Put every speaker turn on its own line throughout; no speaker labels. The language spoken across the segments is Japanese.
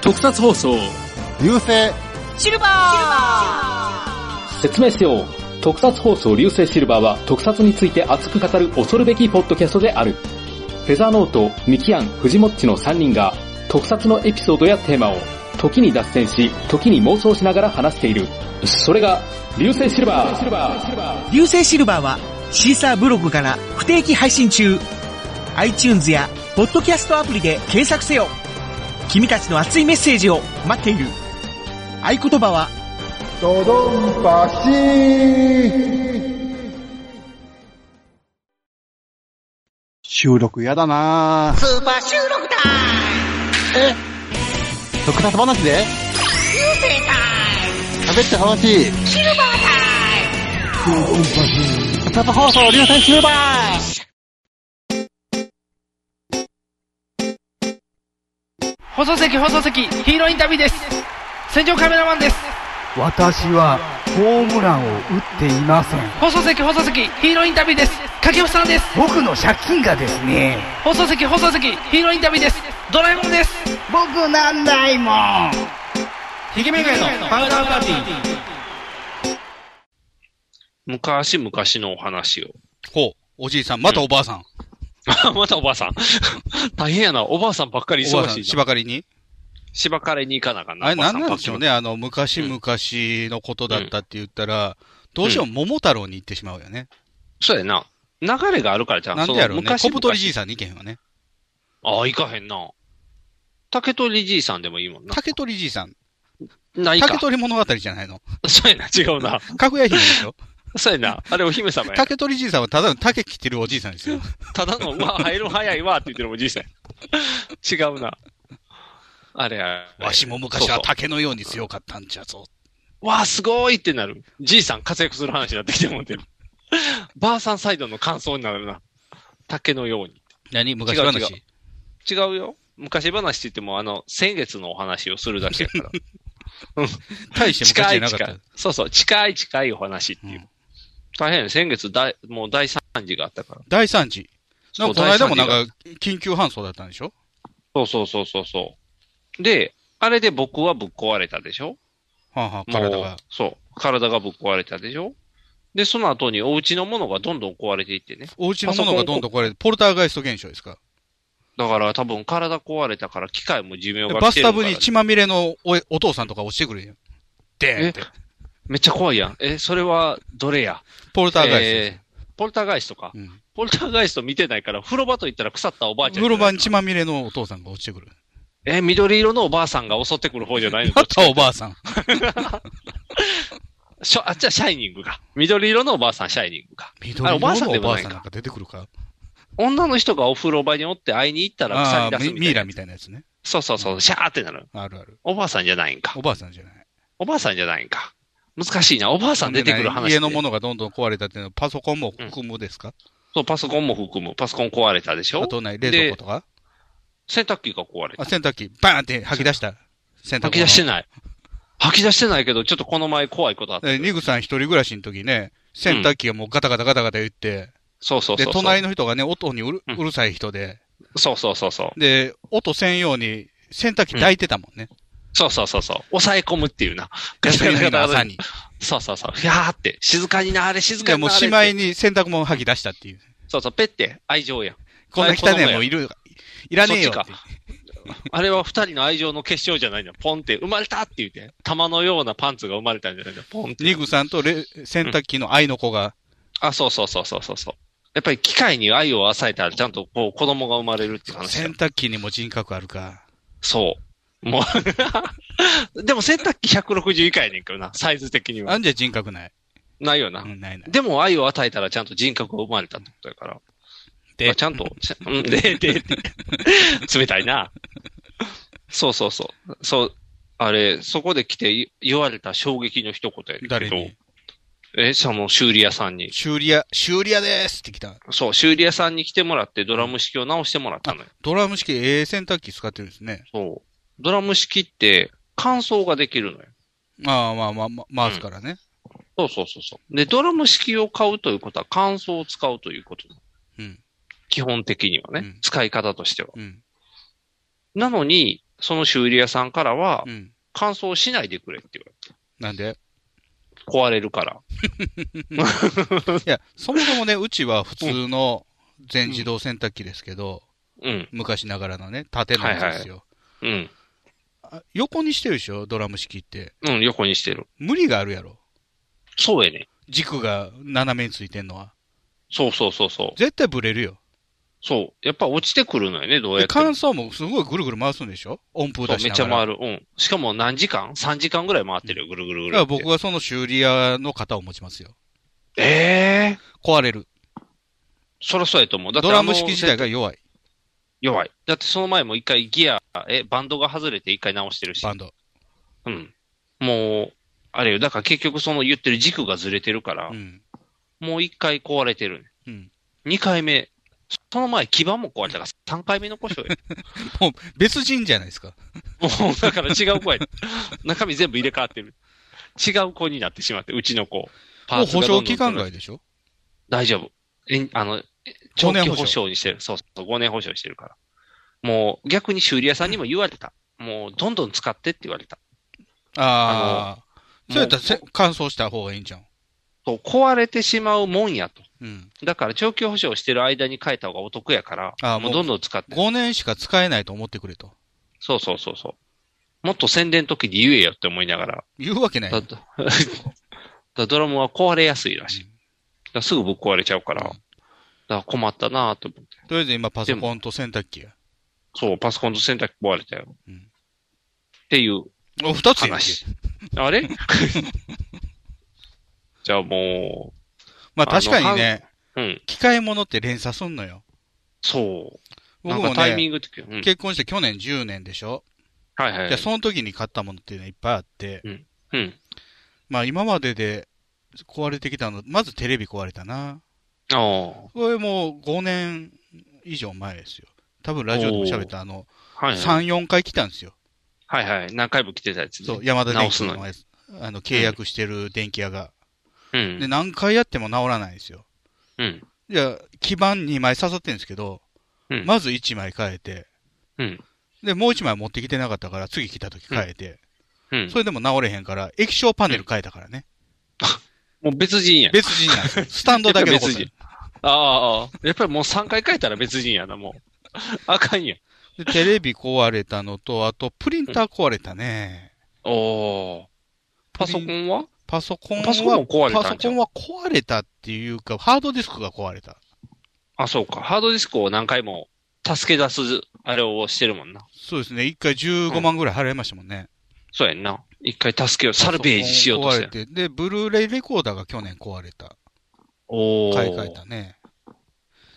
特撮放送
流星
シルバー
説明しよう特撮放送流星シルバーは特撮について熱く語る恐るべきポッドキャストであるフェザーノート、ミキアン、フジモッチの3人が特撮のエピソードやテーマを時に脱線し、時に妄想しながら話している。それが流星シルバー。
流星シルバーはシーサーブログから不定期配信中。iTunes やポッドキャストアプリで検索せよ。君たちの熱いメッセージを待っている。合言葉は、
ドドンパシー収録やだな
スーパー収録だ
え特撮話で
流星タ
喋って楽しい
イムシルバータイム
特撮放送流星シルバー
放送席放送席ヒーローインタビューです戦場カメラマンです
私はホームランを打っていません
放送席放送席ヒーローインタビューです掛布さんです
僕の借金がですね
放送席放送席ヒーローインタビューですドラえもんです
僕なんないもん
ひげめがのパウダーパーティー
昔々のお話を。
ほう。おじいさん、またおばあさん。
あまたおばあさん。 大変やな。おばあさんばっかり
おばあ
忙
さん、
しい
し
な。
ばかりに。
芝刈りに行かなあかんな。
あれ、なんなん
おばあ
でし
さ
ょう
ばっか
ね。あの、昔々のことだったって言ったら、どうしても桃太郎に行ってしまうよね。
り。そうやな。流れがあるからじゃん。
なんでやろう
その
ね。
昔
小
々
太りじいさんに行けへんわね。
ああ、行かへんな。竹取じいさんでもいいもんな。
竹取じいさん。
ない
竹
か。
取物語じゃないの。
そうやな、違うな。
かぐや姫でしょ。
そうやな。あれお姫様や。
竹取じいさんはただの竹切ってるおじいさんですよ。
ただの、うわ、入る早いわって言ってるおじいさんや。違うな。あれや。
わしも昔は
そうそう
竹のように強かったんじゃぞ。
わあ、すごいってなる。じいさん活躍する話になってきてもんてる。ばあさんサイドの感想になるな。竹のように。
何昔
違う違
話。
違うよ。昔話って言っても、あの、先月のお話をするだけやから。
大して昔
近
じゃ
い
なかっ
近
た
い。。そうそう、近い近いお話っていう。
うん
大変、先月大、もう大惨事があったから。
第3次。
そ
なん
う
かこの間もな
第三
んか、緊急搬送だったんでしょ
そうそうそうそうそう。で、あれで僕はぶっ壊れたでしょ
はあはあ、
もう
体が。
そう。体がぶっ壊れたでしょで、その後にお家のものがどんどん壊れていってね。
お家のものがどんどん壊れて、ポルターガイスト現象ですか
だから多分体壊れたから機械も寿命が
バ
来て
ス
るか
タ
ら
ブに血まみれのおお父さんとか落ちてくるよ。でーんって。
めっちゃ怖いやん。え、それはどれや
ポルターガイストです
えーポルターガイストか。
うん
ポルターガイスト見てないから、風呂場と言ったら腐ったおばあちゃん。
風呂場に血まみれのお父さんが落ちてくる。
え、緑色のおばあさんが襲ってくる方じゃないの
またおばあさん。
しょあ、じゃあ、シャイニングか。緑色のおばあさん、シャイニングか。
緑色のおばあさんなんか出てくるか
女の人がお風呂場におって会いに行ったら腐
あ
り
あ
出す
ー、
みた
ミミ
い
イ
な。
ラみたいなやつね。
そうそうそう、シャーってなる。
あるある。
おばあさんじゃないんか
お。ばあさんじゃない。
おばあさんじゃないんか。難しいな。おばあさん出てくる話で。
家のものがどんどん壊れたっていうのは、パソコンも含むですか
そう、パソコンも含む。パソコン壊れたでし
あ
ょ
とない冷蔵庫とか
洗濯機が壊れた
あ、。洗濯機、バーンって吐き出した。洗濯
吐き出して
な
ない。吐き出してないけど、ちょっとこの前怖いことあった。
い。ニグさん一人暮らしの時ね、洗濯機がもうガタガタガタガタ言って、
そうそうそう
で、
そう。
隣の人がね、音にうる
うん
うるさい人で、
そうそうそうそう。
で、音せんように洗濯機抱いてたもんね。
そうそうそうそう。抑え込むっていうな。
休みの日の朝に。
そうそうそう。ひゃーって、静かになあれ、静か
で
にな
も
あ
う
れって。
しまいに洗濯物吐き出したっていう。
そうそう、ペって、愛情やん。
こんな汚
はい子供
い
や
もんいる、いらねえよ
そっ
っ
ち
て
か。あれは二人の愛情の結晶じゃないの。ポンって、生まれたって言って、玉のようなパンツが生まれたんじゃないの。ポンって。
ニグさんとレ洗濯機の愛の子が、
あ、そうそうそうそうそうそう。やっぱり機械に愛を与えたら、ちゃんとこう子供が生まれるっていう話だ
洗濯機にも人格あるか。
そう。もう、 でも洗濯機160以下やねんけどな、サイズ的に
あ
は。
んじゃ人格ない。
ないよな
う。ん、ないない。
でも愛を与えたらちゃんと人格が生まれたってことやから。
で
まあちゃんと、ちゃうんで、で、で、 冷たいな。そうそうそう。そう、あれ、そこで来てい言われた衝撃の一言やけど。
誰に
え、その修理屋さんに。
修理屋、修理屋ですって来た。
そう、修理屋さんに来てもらってドラム式を直してもらったのよ。
ドラム式、ええ洗濯機使ってるんですね。
そう。ドラム式って乾燥ができるのよ。
まあまあまあ、まあ、回すからね。
そうそうそうそう。で、ドラム式を買うということは乾燥を使うということ。
うん。
基本的にはね、
うん
使い方としては。
うん。
なのに、その修理屋さんからは
う、ん。
乾燥しないでくれって言わ
なんで
れた壊れるから。
いや、そもそもね、うちは普通の全自動洗濯機ですけど、
うん、
昔ながらのね、縦のやつですよ。
うん、
あ横にしてるでしょドラム式って。
うん、横にしてる。
無理があるやろ。
そうやね。
軸が斜めについてんのは。
そうそうそうそう。
絶対ブレるよ。
そう。やっぱ落ちてくるのよね、どうや
で、
っても。
乾燥もすごいぐるぐる回すんでしょ音符
そう
出し
めっ
な
ちゃ
がら。
回る。うん。しかも何時間 ?3 時間ぐらい回ってるよ、ぐるぐるぐ
だ
る
か
っ
ら
て。
僕はその修理屋の型を持ちますよ。
ええ
壊れる。
そりゃそうやと思う。だって
ドラム式自
あの
体が弱い。
弱い。だってその前も一回ギア、え、バンドが外れて一回直してるし
バ。ンド。
うん。もう、あれよ。だから結局その言ってる軸がずれてるから、
うん。
もう一回壊れてるね。
うん。
二回目。その前基盤も壊れたから三回目の故 障よ。
もう別人じゃないですか。
もうだから違う子や。中身全部入れ替わってる。違う子になってしまって、うちの子。
もう保証期
がど
間
んどん
外でしょ
大丈夫。えあの、長
五年
期
保証
保証にしてる。そうそう、5年保証してるから。もう逆に修理屋さんにも言われた。もうどんどん使ってって言われた。
ああ。
の
そうやったらせ乾燥した方がいいんじゃん。
そう壊れてしまうもんやと。
うん。
だから長期保証してる間に変えた方がお得やから、
あー
も
も
う
う
どんどん使って。
5年しか使えないと思ってくれと。
そうそうそうそう。もっと宣伝の時に言えよって思いながら。
言うわけない
だ。 だだドラムは壊れやすいらしい。だからすぐぶっ壊れちゃうから。だから困ったなぁと思って。
とりあえず今パソコンと洗濯機や。
そう、パソコンと洗濯機壊れたよ。
うん
っていう
お、二つやん
話。あれじゃあも
まあ確かにね、
う、うん、
機械物って連鎖すんのよ。
そう。な
僕も
んかタイミ
ね、
ング的に、うん、
結婚して去年10年でしょ
はいはい
じゃあその時に買ったものっていうのいっぱいあって、
うん。
まあ今までで壊れてきたの、まずテレビ壊れたな。
ああ、
これもう5年以上前ですよ。多分ラジオでも喋ったあの、
はいはい。
3、4回来たんですよ。
はいはい。何回も来てたやつ、ね。
そう、山田電
直
機
すの
の
に。
やつ。あの、契約してる電気屋が。
う
で、
ん。
何回やっても直らないんですよ。
うん。
いや、基板2枚刺さってるんですけど、
うん
まず1枚変えて、
うん
で、もう1枚持ってきてなかったから、次来た時変えて、
うん
そ。れでも直れへんから、液晶パネル変えたからね。
もう別人や。
別人なん ですよ。スタンドだけ残って
別
る
人。ああ、やっぱりもう3回書いたら別人やな、もう。 あかんやん。
で、テレビ壊れたのと、あと、プリンター壊れたね。
おー。パソコンは
パソコンは、
パソコンも壊れた
パ
んちゃ
ソ
う
コンは壊れたっていうか、ハードディスクが壊れた。
あ、そうか。ハードディスクを何回も助け出す、あれをしてるもんな。
そうですね。一回15万ぐらい払いましたもんね。
そうやんな。一回助けを、サルベージしようとして
パソコン壊れて。で、ブルーレイレコーダーが去年壊れた。
おー
買い替えたね。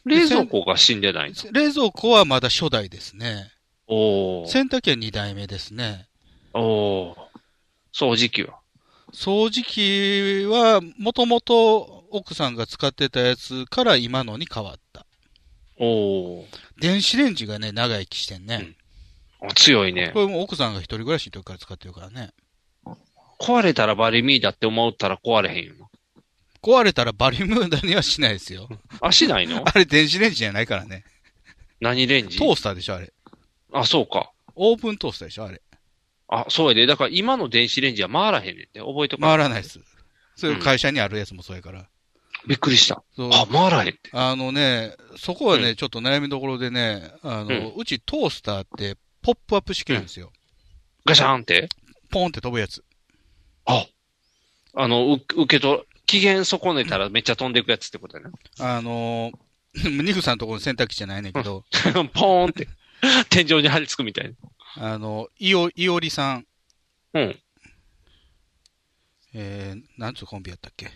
冷蔵庫が死んでない。
冷蔵庫はまだ初代ですね。
おー。
洗濯機は2代目ですね。
おー。掃除機は。
掃除機は、もともと奥さんが使ってたやつから今のに変わった。
おー。
電子レンジがね、長生きしてんね。
あ強いね
こ。れも奥さんが一人暮らしの時から使ってるからね。
壊れたらバリミーだって思ったら壊れへんよな。
壊れたらバリムーダにはしないですよ。
あ、しないの
あれ電子レンジじゃないからね。
何レンジ
トースターでしょ、あれ。
あ、そうか。
オーブントースターでしょ、あれ。
あ、そうやで。だから今の電子レンジは回らへんねんって。覚えとか。
回らないです。そういう会社にあるやつもそうやから。
びっくりした。
そう
あ、回らへんって。
あのね、そこはね、
う
ちょっと悩みどころでね、あの、う
うん
ちトースターってポップアップ式なんですよ。
ガシャーンって。
ポンって飛ぶやつ。
あ。あの、う受け取、機嫌損ねたらめっちゃ飛んでいくやつってことやな。
あのー、 ニグさんのところの洗濯機じゃないねんけど、
ポーンって、天井に張り付くみたい
あの、いお、いおりさん、
な。うん。
えー、なんつうコンビやったっけ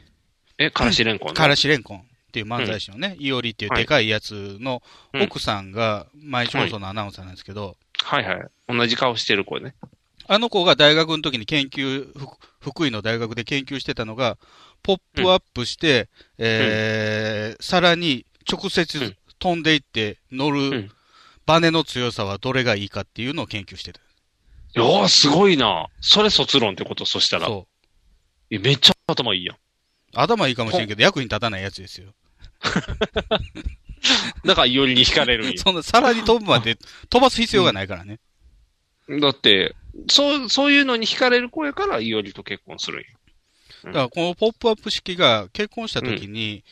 え、からしれんこん。
かららしれんこんっていう漫才師のね、いおりっていうでかいやつの
はい
奥さんが、毎日放送のアナウンサーなんですけど、
はいはい。同じ顔してる子ね。
あの子が大学の時に研究、ふ福井の大学で研究してたのが、ポップアップして、えー、さらに直
う
接
ん
飛んでいって乗
う
る
ん
バネの強さはどれがいいかっていうのを研究してた。
おー、すごいな。それ卒論ってこと、そしたら。
そう。
えめっちゃ頭いいやん。
頭いいかもしれんけど、役に立たないやつですよ。
だから、いおりに惹かれるんや。
そんな、さらに飛ぶまで飛ばす必要がないからね。
だって、そう、そういうのに惹かれる子やから、いおりと結婚するんよ
だからこのポップアップ式が結婚した時に、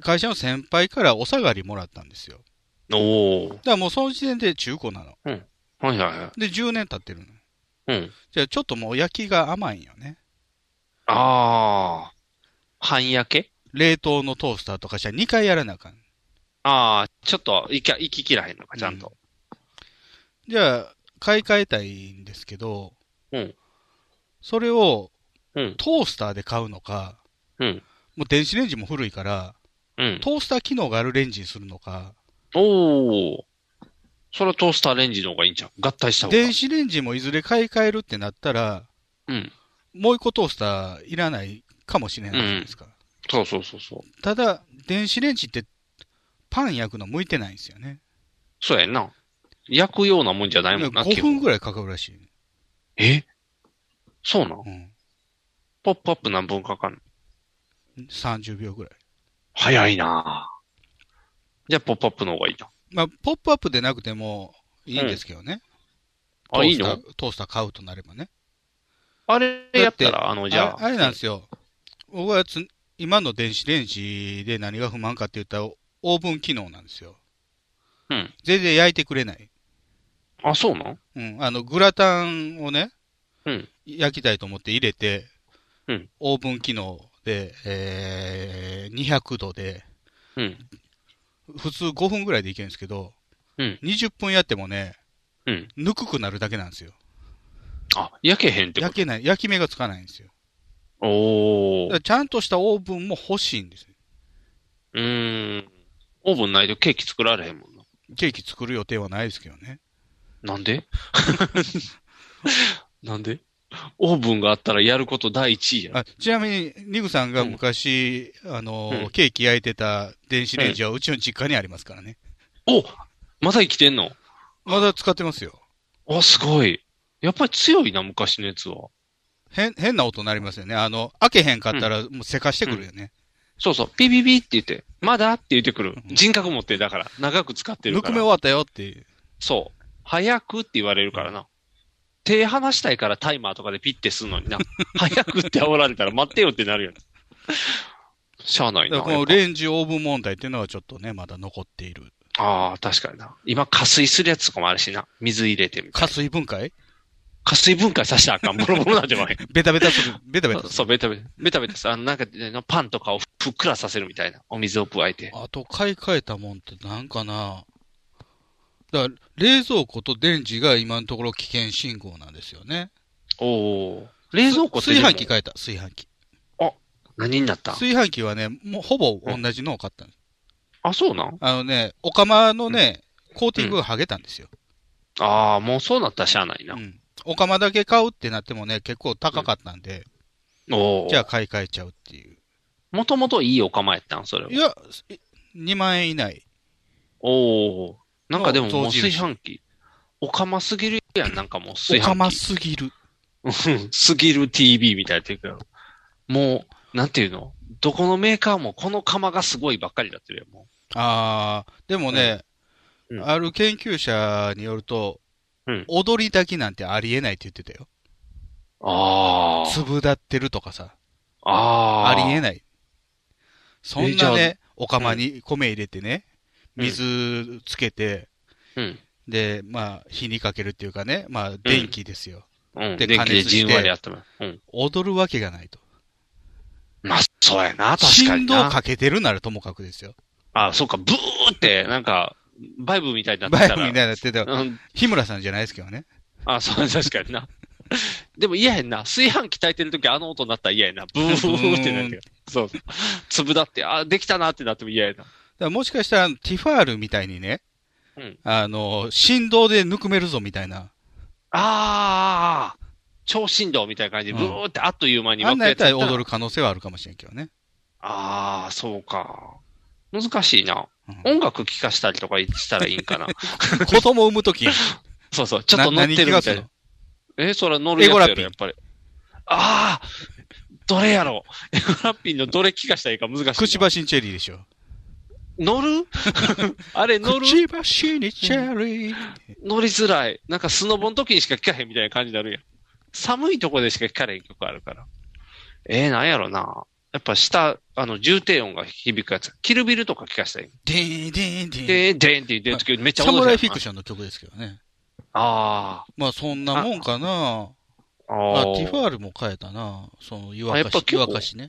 会社の先輩からお下がりもらったんですよ。
おお。
だからもうその時点で中古なの。
はいはいは
で、10年経ってるの。
い。うん。
じゃあちょっともう焼きが甘いんよね。
ああ。半焼け
冷凍のトースターとかしたら2回やらなあかん。
ああ、ちょっと、いき、いききらへんのか、ちゃんと。
じゃあ、買い替えたいんですけど、
うん
それを
うん。
トースターで買うのか、
うん。
もう電子レンジも古いから、
うん。
トースター機能があるレンジにするのか、
おお。それはトースターレンジの方がいいんじゃん。合体した方が。
電子レンジもいずれ買い替えるってなったら、
うん。
もう一個トースターいらないかもしれないじゃないですか。
そうそうそうそう。
ただ、電子レンジってパン焼くの向いてないんですよね。
そうやんな。焼くようなもんじゃないもんな、
5分ぐらいかかるらしい。
えそうなん
うん、
ポップアップ何分かかんの
30秒ぐらい。
早いなぁじゃあ、ポップアップの方がいいな。
まあ、ポップアップでなくてもいいんですけどね。
あ、いいの
トースタートースター買うとなればね。
あれやった
だ
ら、あの、じゃあ。
あれなんですよ。僕はつ今の電子レンジで何が不満かって言ったら、オーブン機能なんですよ。
うん。
全然焼いてくれない。
あ、そうなん
うん。あの、グラタンをね、
うん
焼きたいと思って入れて、
うん
オーブン機能で、えー、200度で、
うん。
普通5分ぐらいでいけるんですけど、
うん
20分やってもね、
うん
ぬくくなるだけなんですよ。
あ、焼けへんってこ
焼けない、焼き目がつかないんですよ。
と。おお
だから。ちゃんとしたオーブンも欲しいんですよ
うーん。オーブンないとケーキ作られへんもんな。
ケーキ作る予定はないですけどね。
なんでなんでオーブンがあったらやること第一位やん。
あちなみに、ニグさんが昔、あのー
うん
ケーキ焼いてた電子レンジはうちの実家にありますからね。
おまだ生きてんの
まだ使ってますよ。
あ、すごい。やっぱり強いな、昔のやつは。
変、変な音になりますよね。あの、開けへんかったらもうせかしてくるよね。
そうそう、ピピピって言って、まだって言ってくる。
うん
人格持ってるだから、長く使って
ぬ
る
く
か
め終
ら。
わったよっていう。
そう。早くって言われるからな。手離したいからタイマーとかでピッてすんのに な。早くって煽られたら待ってよってなるやん。しゃあない
だ
な。
からこのレンジオーブン問題っていうのはちょっとね、まだ残っている。
ああ、確かにな。今、加水するやつとかもあるしな。水入れてみたい
加
な。
水分解
加水分解させたらあかん。ボロボロなんじゃない
ベタベタ する。ベタベタす
そう、ベタベタ。ベタベタさ、あのなんか、パンとかをふっくらさせるみたいな。お水を加えて
る。。あと、買い替えたもんってなんかな。だから、冷蔵庫と電池が今のところ危険信号なんですよね。
おお。冷蔵庫って
炊
でも
飯器変えた、炊飯器。
何になった
炊飯器はね、もうほぼ同じのを買ったんです。
あ、そうなん
あのね、お釜のね、コーティングが剥げたんですよ。
ああ、もうそうなったらしゃあないうな。
ん。お釜だけ買うってなってもね、結構高かったんで、
おお。
じ
じ
ゃ
ゃ
あ買い替えちゃうっていう。。
あ、もともといいお釜やったん、それはい
や、え2万円以内。
おお。なんかでも
の
もう
象印
炊飯器。お釜すぎるやん、なんかもう炊飯
お
器。
釜すぎる。
うんスギル TV みたいなっていうか、もう、なんていうのどこのメーカーもこの釜がすごいばっかりだってるよ、も
あー、でもね、
うんうん
ある研究者によると、
うん
踊り炊きなんてありえないって言ってたよ。
う。ああ。
粒立ってるとかさ、
ああ。
ありえない。そん
えじゃ
な
あ
ね、お釜に米入れてね、
うん
水つけて、
うん。
で、まあ、火にかけるっていうかね、まあ、電気ですよ。
うん。
で
電
加
気で
熱して
じんわりやってもうん。
踊るわけがないと。
まあ、そうやな、確か
振
に
動
な。
かけてるならともかくですよ。
あ、そうか、ブーって、なんか、バイブみたいになって
バイ
た
ブ
ら。
みたいになってたら、
うん。
日村さんじゃないですけどね。
あ、そう、確かにな。でも嫌やんな。炊飯器炊いてるときあの音になったら嫌やな。ブーってなってる。そう。粒だって、あ、できたなってなっても嫌やな。
だからもしかしたら、ティファールみたいにね、
うん
あの、振動でぬくめるぞみたいな。
ああ、超振動みたいな感じで、
うん
ブーってあっという間に
あんなやったら踊
る。
る可能性はあるかもしれんけどね。
ああ、そうか。難しいな。
うん
音楽聴かしたりとかしたらいいんかな。
子供産むと き、
そうそう、ちょっと乗ってるみたい
な
な。え、そら乗るやつや
エゴラ
ろ、
ピン
やっぱり。ああ、 どれやろう。エゴラッピンのどれ聴かしたらいいか難しいな。
クチバシンチェリーでしょ。
乗る あれ乗
く
る
ちばしにチェリー。
乗りづらい。なんかスノボの時にしか聞かへんみたいな感じになるやん。寒いとこでしか聞かれへん曲あるから。えー、なんやろな。やっぱ下、あの、重低音が響くやつ。キルビルとか聞かせたらいい。
デーンデーンデーン。
で、でんって言ってる時めっちゃ
サムライフィ
ン
クションの曲ですけどね。
あ
まあそんなもんかな。
ーあ
あ、
ー。
ティファールも変えたな。その、湯
あ
沸
やっ
か
ぱ
し、
結構
湯沸かしね。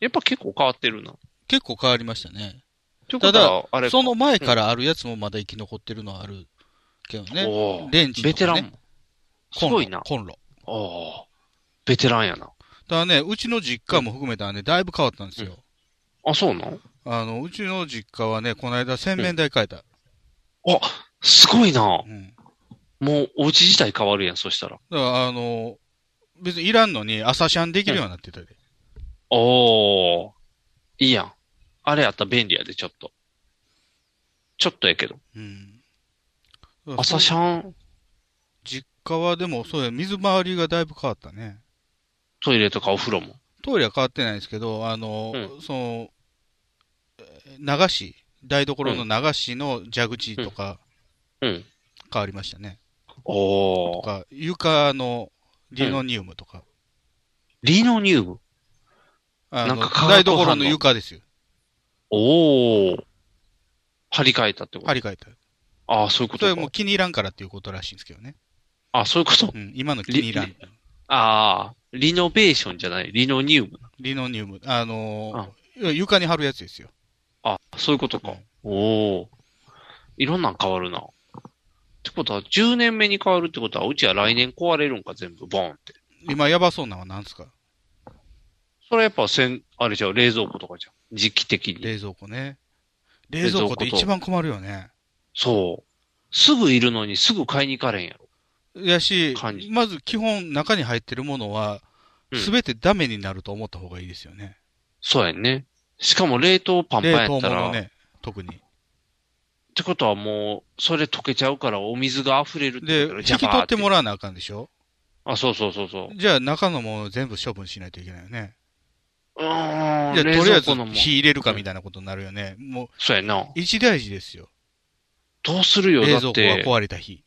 やっぱ結構変わってるな。
結構変わりましたね。
というこ
た
と
だ
は、あれか、
その前からあるやつもまだ生き残ってるのはあるけどね。
おー
レンジとかね
ベテランも。す
コンロ
ごいな。
コンロ。
おおーベテランやな。
ただね、うちの実家も含めたらね、だいぶ変わったんですよ。
あ、そうなん
あの、うちの実家はね、この間洗面台変えた。
あ、すごいな。
うん。だか
もう、お家自体変わるやん、そしたら。
ら、あの、別にいらんのに朝シャンできるようになってたで。
おー。いいやん。あれやったら便利やで、ちょっと。ちょっとやけど。
うん。
朝シャン、
実家はでも、そうや、水回りがだいぶ変わったね。
トイレとかお風呂も。
トイレは変わってないんですけど、あの、
う
その、えー流し、台所の流しの蛇口とか
うん。
変わりましたね。
お
と。か、床のリノニウムとか。
リノニウム。
あ
なん
の
か化学反応
台所の床ですよ。
おー。張り替えたってこと、
張り替えた。
ああ、そういうこ
それ
と
もう
か。
気に入らんからっていうことらしいんですけどね。
あそういうこと
う。ん、今の気に入らん
リ。ああ、リノベーションじゃない。リノニウム。
リノニウム。あのー床に貼るやつですよ。
あ、そういうことか。おお。いろんなん変わるな。ってことは、10年目に変わるってことは、うちは来年壊れるんか、全部、ボーンって。
今やばそうなのは何ですか
それはやっぱ、せん、あれじゃう冷蔵庫とかじゃん。時期的に。
冷蔵庫ね。冷蔵庫
冷蔵庫
って
と
一番困るよね。
そう。すぐいるのに、すぐ買いに行かれんやろ。
やし
感、じ
まず基本中に入ってるものは
う、ん
すべてダメになると思った方がいいですよね。
そうやんね。しかも冷凍パンパン
冷
や
凍
ったら、
物ね、特に。
ってことはもう、それ溶けちゃうから、お水が溢れる
で、引き取っても
ら
らわなあかんでしょ
あ、そうそうそうそう。
じゃあ中のもの全部処分しないといけないよね。
うーん。
じゃ
冷
あとりあえ
蔵
ず
庫のも。
火入れるかみたいなことになるよね。もう
そうやな。
一大事ですよ。
どうするよ、
冷
だ
蔵
っ
庫が
て。
壊れた日。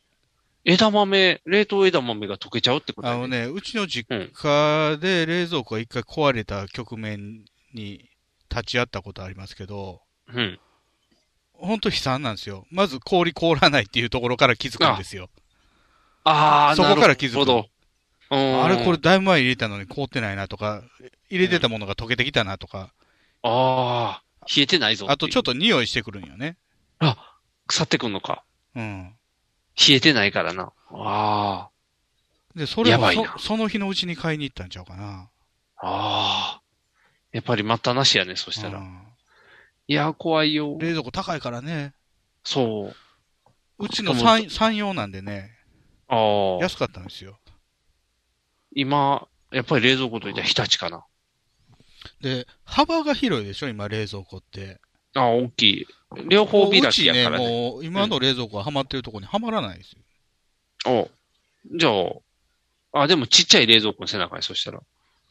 枝豆、冷凍枝豆が溶けちゃうってこと
あ
や
のね、うちの実家で冷蔵庫が一回壊れた局面に立ち会ったことありますけど、
うん。
ほんと悲惨なんですよ。まず氷凍らないっていうところから気づくんですよ。
ああ、
そこから気づく
なるほど。うん
あれこれ。だいぶ前に入れたのに凍ってないなとか、入れてたものが溶けてきたなとか、
ああ、冷えてないぞ。
あとちょっ
と。
と匂いしてくるんよね。
あ、腐ってくんのか。
うん。
冷えてないからな。あ
で、それ
や
も
ばい
そ
な
その日のうちに買いに行ったんちゃうかな。
あ、ああ。やっぱり待ったなしやね、そした
う
ら。
ん
いやー、怖いよ。
冷蔵庫高いからね。
そう。
うちの
しかも
三三用なんでね、
ああ。
安かったんですよ。
今、やっぱり冷蔵庫といったら日立かな。
で、幅が広いでしょ、今冷蔵庫って。
ああ、大きい。両方開きやからね。
うちね、もう今の冷蔵庫はハマってるところにはまらないですよ。
おじゃあ、あ、でもちっちゃい冷蔵庫の背中に、そしたら。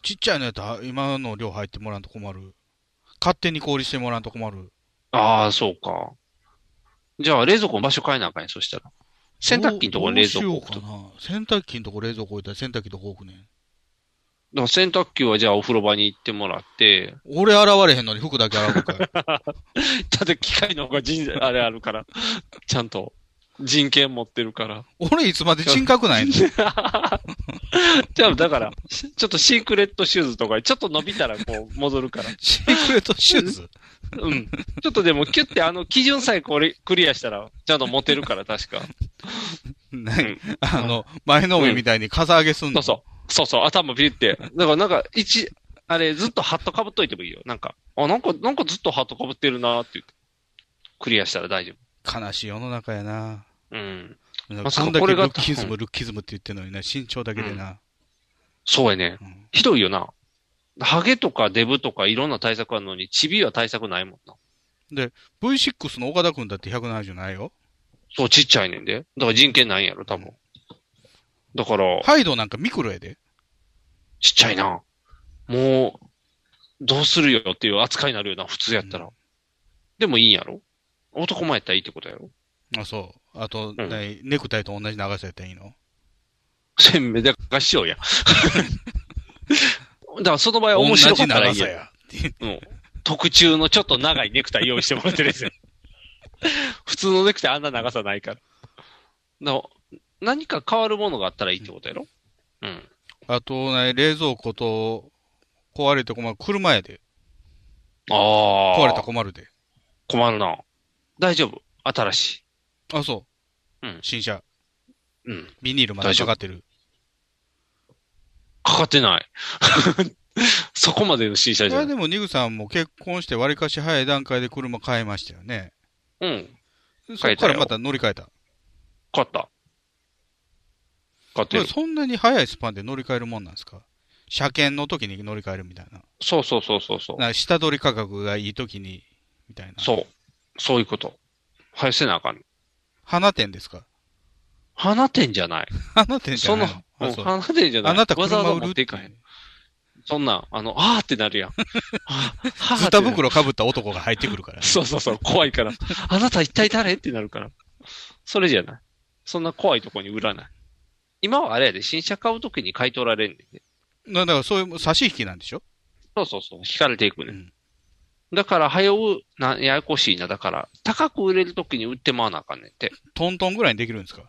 ちっちゃいのやったら今の量入ってもらうと困る。勝手に氷してもらうと困る。
ああ、そうか。じゃあ、冷蔵庫の場所変えなあかんや、そしたら。洗濯機のところに冷蔵庫
どう
置く
し
と。
よう
だ
かな。洗濯機のとこ冷蔵庫置いたら洗濯機どこ置くねん。
から洗濯機はじゃあお風呂場に行ってもらって、
俺洗われへんのに服だけ洗うのかい。
だって機械の方が人、あれあるから、ちゃんと人権持ってるから。
俺いつまで人格ないの
じゃあ、だから、しちょっとシークレットシューズとか、ちょっと伸びたらこう戻るから。
シークレットシューズ
うん。ちょっとでもキュッてあの基準さえこれクリアしたら、ちゃんと持てるから、確か。
何あの、前のめみたいにかさ上げす
そ
んの。
うそう。そうそう、頭ビリって。だからなんか、一、あれ、ずっとハットかぶっといてもいいよ。なんか、あ、なんか、なんかずっとハットかぶってるなーって言って。クリアしたら大丈
悲しい世の中やな。
夫。うん。
ま
まさか
んだけ
これ
ル
が
ッキズ
う
ム、ルッキズムって言ってるのにな、身長だけでな。
そうやね
うん。
ひどいよな。ハゲとかデブとかいろんな対策あるのに、チビは対策ないもんな。
V6 の岡田君だって170ないよ。
そう、ちっちゃいねんで。だから人権ないんやろ、多分。だから、
ハイドなんかミクロやで。
ちっちゃいな。もう、どうするよっていう扱いになるよな、普通やったら。でもいいんやろ男前やったらいいってことやろ
あ、そう。あと、
うん
ねネクタイと同じ長さやったらいいの
せんべいだからしようや。 だからその場合は面白かったらいい
同
や
じ。長さや。
うん特注のちょっと長いネクタイ用意してもらってるんです よ。普通のネクタイあんな長さないから。な何か変わるものがあったらいいってことやろうん。
あと、ね、冷蔵庫と、壊れて困る。車やで。
ああ。
壊れたら困るで。
困るな。大丈夫。新し
あ、そう。
うん
新車。
い。うん。
ビニールまだかかってる。
かかってない。 そこまでの新車
こ
じゃ
れ
ない。
でも、ニグさんも結婚して、わりかし早い段階で車買いましたよね。
うん。
そこからまた乗り換えた。
買った。買っ
こ
て
れ
る。
そんなに早いスパンで乗り換えるもんなんですか車検の時に乗り換えるみたいな。
そうそうそうそうそう。
なんか下取り価格がいい時に、みたいな。
そう。そういうこと。はい、せなあかん。
花店ですか
花店じゃない。
花店じゃ
そ
な
の
い、
う
あ
ん
そう
花店じゃない。
あなた
わざわ
車
ざ
売る
持
っ
って
て
いかへん。そんなん、あの、あーってなるやん。あ
ズタ袋かぶった男が入ってくるから、
そうそうそう、怖いから。あなた一体誰ってなるから。それじゃない。そんな怖いとこに売らない。今はあれやで、新車買うときに買い取られんねんで。
なだからそういう差し引きなんでしょ
そうそうそう、引かれていくね。
うん
だから、早う、な、ややこしいな。だから、高く売れるときに売ってまわなあかんねんって。
トントンぐらいにできるんですか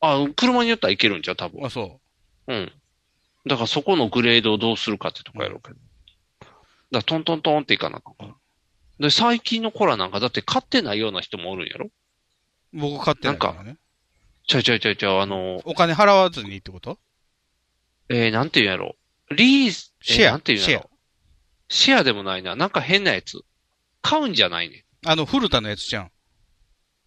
あ、車によってはいけるんちゃう多分。
あ、そ
うん。だからそこのグレードをどうするかってとこやろうけど。だからトントントンっていかなあかんから。で、最近の子らなんかだって買ってないような人もおるんやろ
う。僕買ってないからね。
ちょいちょいちょいちょい、あの、
お金払わずにってこと
えー、なんていうんやろリース、えー
シェア
なんていうんやろシェアでもないな。なんか変なやつ。買うんじゃないね
あの、古田のやつじゃん。
ん。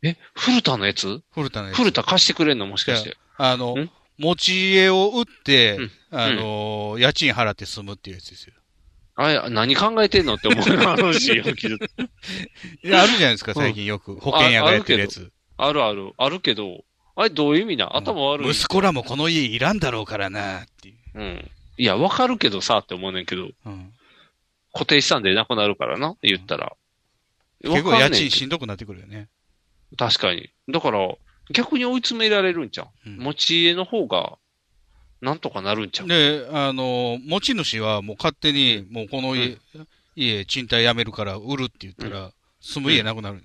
え、古田のやつ
古田のやつ。
古田貸してくれんのもしかして。
あの
ん、
持ち家を売って、
うん
あの、家賃払って住むっていうやつですよ。
あれ、何考えてんのって思う よ。あの CM 聞いて
いやあるじゃないですか、最近よく。保険屋がやってるやつ。
あるある、あるけど、あれどういう意味な頭悪い。
息子らもこの家いらんだろうからな、っていう。
うん。いや、わかるけどさって思うねんけど。
うん。
固定資産でなくなるからな、言ったら。
結構
わか
家
んねん
賃
け
しんどくなってくるよね。
ど確かに。だから、逆に追い詰められるんじゃん。
うん
持ち家の方が、なんとかなるんじゃん。
で、あの、持ち主はもう勝手に、もうこの家、家賃貸やめるから売るって言ったら、住む家なくなる。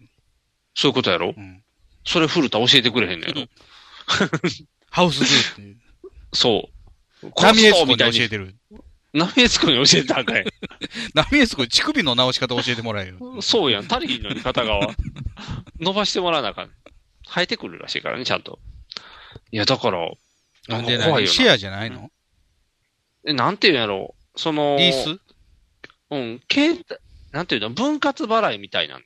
そういうことやろ
うん
それ古田教えてくれへんのやろ
ハウスズーって。
そう。
ナミ エ
コ
ス
スト
コに
みた
教
いに
えてる。
ナミエスコに教えたんかい。
ナミエスコに乳首の直し方教えてもらえよ。
そうやん。足りひんのに片側。 伸ばしてもらわなあかん。生えてくるらしいからね、ちゃんと。いや、だから、
なんで
なんか怖いよ
何シェアじゃないの
えなんていうんやろう。その、
リース
うん、携帯、なんていうの、分割払いみたいなんで、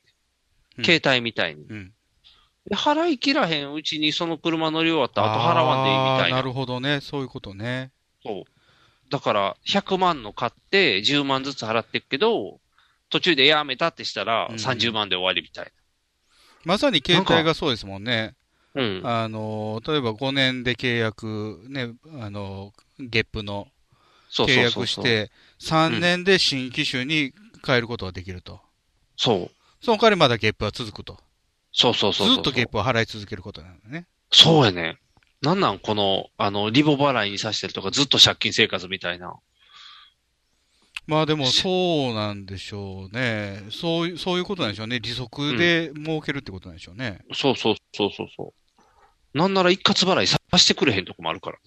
うん
携帯みたいに。
うん
で払い切らへんうちにその車乗り終わったら後払わんでいいみたい
あーな
な。
るほどね。そういうことね。
そう。だから、100万の買って10万ずつ払っていくけど、途中でやめたってしたら
うん
30万で終わりみたい
まさに携帯がそうですもんね。
な。うん。
あの、例えば5年で契約、ね、あの、月賦の
そうそ
契
うそう
約
そ
し
う。
て、3年で新機種に変えることができると。
そう。
その代わりまだゲップは続くと。
そうそう
ず
そうそう。
っとゲップを払い続けることなんだね。
そうやね。なんなんこの、あの、リボ払いにさしてるとかずっと借金生活みたいな。
まあでもそうなんでしょうね。そういう、そういうことなんでしょうね。利息で儲けるってことなんでしょうね。
そうそうそうそうそう。なんなら一括払いさしてくれへんとこもあるからね。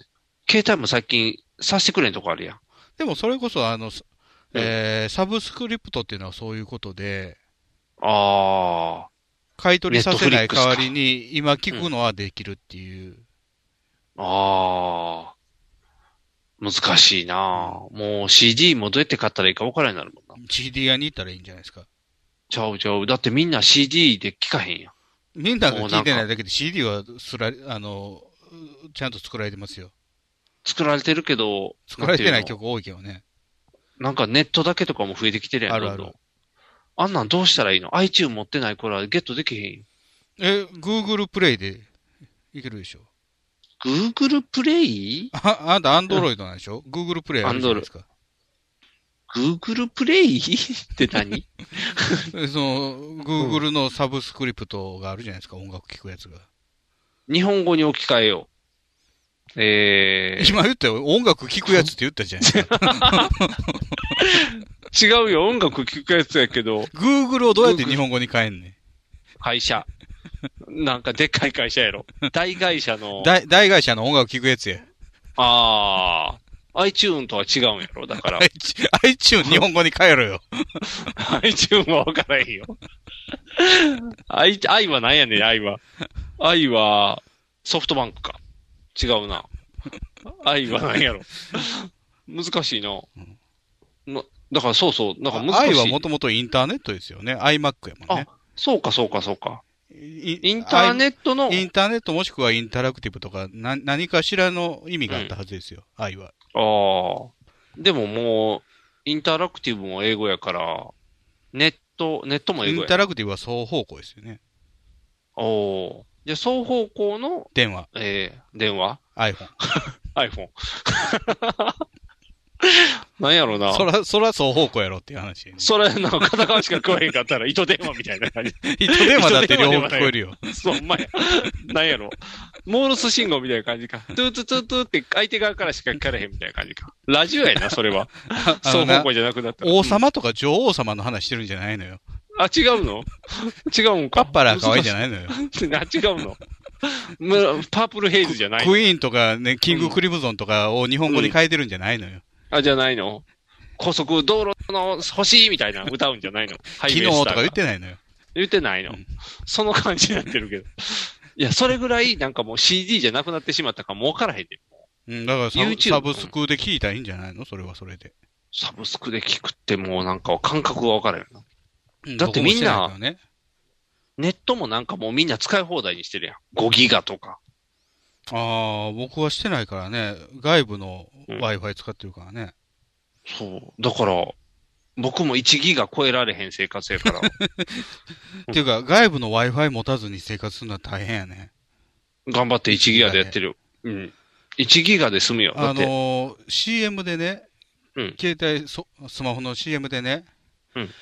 携帯も最近さしてくれへんとこあるやん。
でもそれこそ、あの、す
うん
えーサブスクリプトっていうのはそういうことで、
ああ。
買い取りさせない
Netflix か
代わりに、今聞くのはできるっていう。
ああ。難しいなもう CD もどうやって買ったらいいか分からんようになるもんな。
CD 屋に行ったらいいんじゃないですか。
ちゃうちゃう。だってみんな CD で聞かへんやん。
みんなが聞いてないだけで CD はすら、あの、ちゃんと作られてますよ。
作られてるけど、
作られてなんい
てうの
曲多いけどね。
なんかネットだけとかも増えてきてるやん。
あるある
どんどんあんなんどうしたらいいの ?iTune 持ってない頃はゲットできへんよ。
え、Google プレイでいけるでしょ。
Google プレイ
あ、あんた Android なんでしょ ?Google プレイあるじゃないですか。
Google プレイ って何
その、Google のサブスクリプトがあるじゃないですか、音楽聴くやつが。
日本語に置き換えよう。え
今言ったよ、音楽聴くやつって言ったじゃないです か。
ー、 違うよ、音楽聴くやつやけど、
Google をどうやって日本語に変えんね
会社。なんかでっかい会社 やろ。大会社の
ん。、 大大会社の音楽聴くやつや。
ああ、iTune とは違うんやろ。だから、
iTune 日本語に変えろよ。
iTune は分からへん よ。I、I は何やねん、I は。I は、ソフトバンクか。違うな。I は何やろ。難しいな。なだからそうそう、なんか難しい。
i はもともとインターネットですよね。iMac やもんね。
そうかそうかそうか。
イ
インターネ
ッ
ットの、
インターネットもしくはインタラクティブとか、な何かしらの意味があったはずですよ、i は。
ああ。でももう、インタラクティブも英語やから、ネット、ネットも英
イ
語
ン
や。
タラクティブは双方向ですよね。
おおー。で、双方向の、
電話、
えー、電話
iPhone。
iPhone。なんやろな。
そら、そら双方向やろっていう話やね。
それ、なんか片側しか聞こえへんかったら、糸電話みたいな感じ。
糸電話だって両方聞こえるよ。
そう、ほんまや。なんやろ。モールス信号みたいな感じか。トゥートゥトゥトゥって相手側からしか聞かれへんみたいな感じか。ラジオやな、それは。
あ
双
のな
方向じゃなくなったら。
王様とか女王様の話してるんじゃないのよ。
あ、違うの違うん
パ
か。
ッパラー可愛いじゃ
ない
ないのよ。
あ、違うの。むパープルヘイズじゃないの
クイーンとかね、キングクリムゾンとかを日本語に変えてるんじゃないのよ。
あ、じゃないの高速道路の星みたいな歌うんじゃないのハイ
昨
ウェイ
日
ス
と
ター
か
が
言ってないのよ。
言ってないの。その感じになってるけど。いや、それぐらいなんかもう CD じゃなくなってしまったからもうからへんで。
うん、だからサ
YouTube
ブサブスクで聞いたらいいんじゃないのそれはそれで。
サブスクで聞くってもうなんか感覚がわからへんな。
うん
だってみんな
どこもしていからね、
ネットもなんかもうみんな使い放題にしてるやん。5ギガとか。
ああ、僕はしてないからね、外部の
うん
Wi-Fi 使ってるからね。
そう。だから、僕も1ギガ超えられへん生活やから。
っていうか、外部の Wi-Fi 持たずに生活するのは大変やね。
頑張って1ギガでやって る。うん。1ギガで済むよ。だ
あ
って。
のー、CM でね、
うん
携帯そ、スマホの CM でね、
うん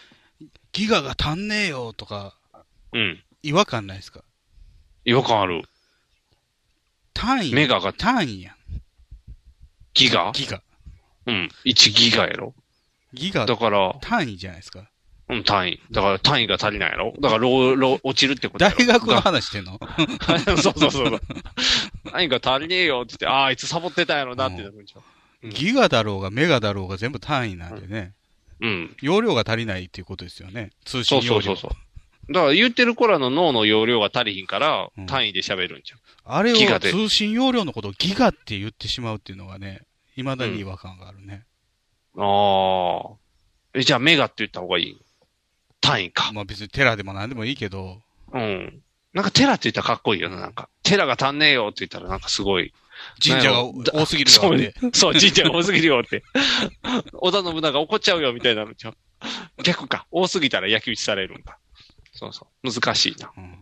ギガが足んねえよとか、
うん。
違和感ないですか
違和感ある。
単位。
メガが
単位やん。
ギガ
ギガ。
うん。1ギガやろ。
ギガ
だ、から、
単位じゃないですか。
うん、単位。だから単位が足りないやろ。だから、ロー、ロー、落ちるってことや
大
ろ。
学の
だ
話してんの
そうそうそうそう。単位が足りねえよって言って、ああ、あいつサボってたんやろなってなるんちゃう。
ギガだろうがメガだろうが全部単位なんでね。
うん。
容量が足りないっていうことですよね。通
そ
信
うそ
容
うそ
量
う。そう。だから言ってる子らの脳の容量が足りひんから
うん、
単位で喋るんちゃう。
あれ
ギガ
を
で
通信容量のことをギガって言ってしまうっていうのがね、未だに違和感があるね。
ああ。え、じゃあメガって言った方がいい単位か。
まあ別にテラでも何でもいいけど、
うん。なんかテラって言ったらかっこいいよな、なんか。テラが足んねえよって言ったらなんかすごい。
神社が
なんやろ
多すぎるよって。
そう、そう神社が多すぎるよって。 織田信長怒っちゃうよみたいなのちゃう。逆か。多すぎたら焼き討ちされるんか。そうそう。難しいな。
うん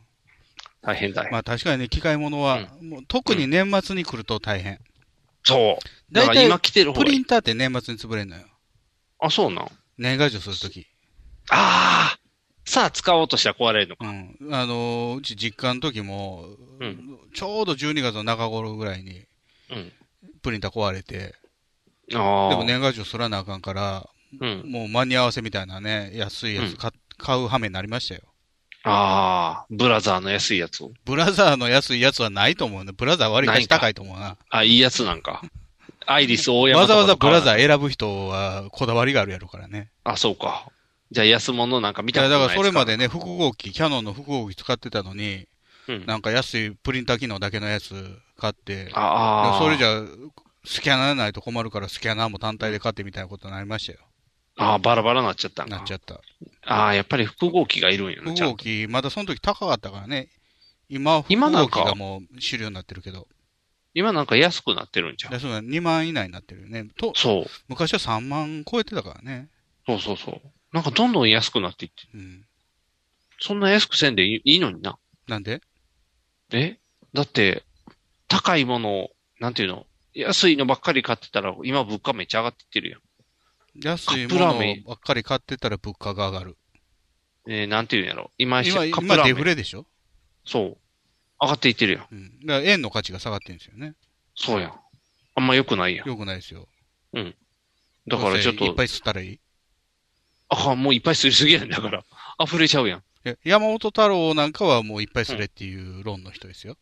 大変だよ。
まあ確かにね、機械物は、もう特に年末に来ると大変。
そう。だ
大
から
体
今来てる方
プ
がい
リ
い。
ンターって年末に潰れんのよ。
あ、そうなん。あ
年賀状するとき。
あー。さあ、使おうとしたら壊れるのか。
うん。あのーうち実家の時も、
うん
ちょうど12月の中頃ぐらいに、
うん
プリンター壊れて、
ああ。
でも。年賀状すらなあかんから、
うん。
もう間に合わせみたいなね、安いやつ買,、買う羽目になりましたよ。
ああ。ブラザーの安いやつを。
ブラザーの安いやつはないと思うね。ブラザー割りかし高いと思うな。
あ、いいやつなんか。アイリス大山
わ
とか
ざわざブラザ
ー。
ー選ぶ人はこだわりがあるやろからね。
あ、そうか。じゃあ安物なんか見
い
たこ
や、
とな
だ
い
か
や
ら
つ
それまでね、複合機、キャノンの複合機使ってたのに、
うん。
なんか安いプリンター機能だけのやつ買って、
ああ。
それじゃスキャナーないと困るからスキャナーも単体で買ってみたいなことになりましたよ。
ああ、バラバラなっちゃったんか。
なっちゃった。
ああ、やっぱり複合機がいるんやな、ち
複
ゃん
合
と。
機、まだその時高かったからね。今、複
今な
合
ん
機
か
がもう主流になってるけど。
今なんか安くなってるんじゃん。
だそうだ2万以内になってるよね。と、
そう。
昔は3万超えてたからね。
そうそうそう。なんかどんどん安くなっていって。
うん。
そんな安くせんでいいいいのにな。
なんで
えだって、高いものを、なんていうの安いのばっかり買ってたら、今物価めっちゃ上がってってるやん。
安い
カ
も
ップラ
の
ーメン
ばっかり買ってたら物価が上がる。
えー、なんていうんやろ。今、
今、
カップ
今
ラ
デ
ー
フ
メン。
レでしょ
そう。上がっていってるやん。
うん。だから円の価値が下がってるんですよね。
そうやん。あんま良くないやん。
よくないですよ。
だからちょっ
どうせいっ
と
ぱ、い吸ったらいい。
あかん、もういっぱい吸いすぎやんだから。溢れちゃうやん。
え山本太郎なんかはもういっぱい吸れっていう論の人ですよ。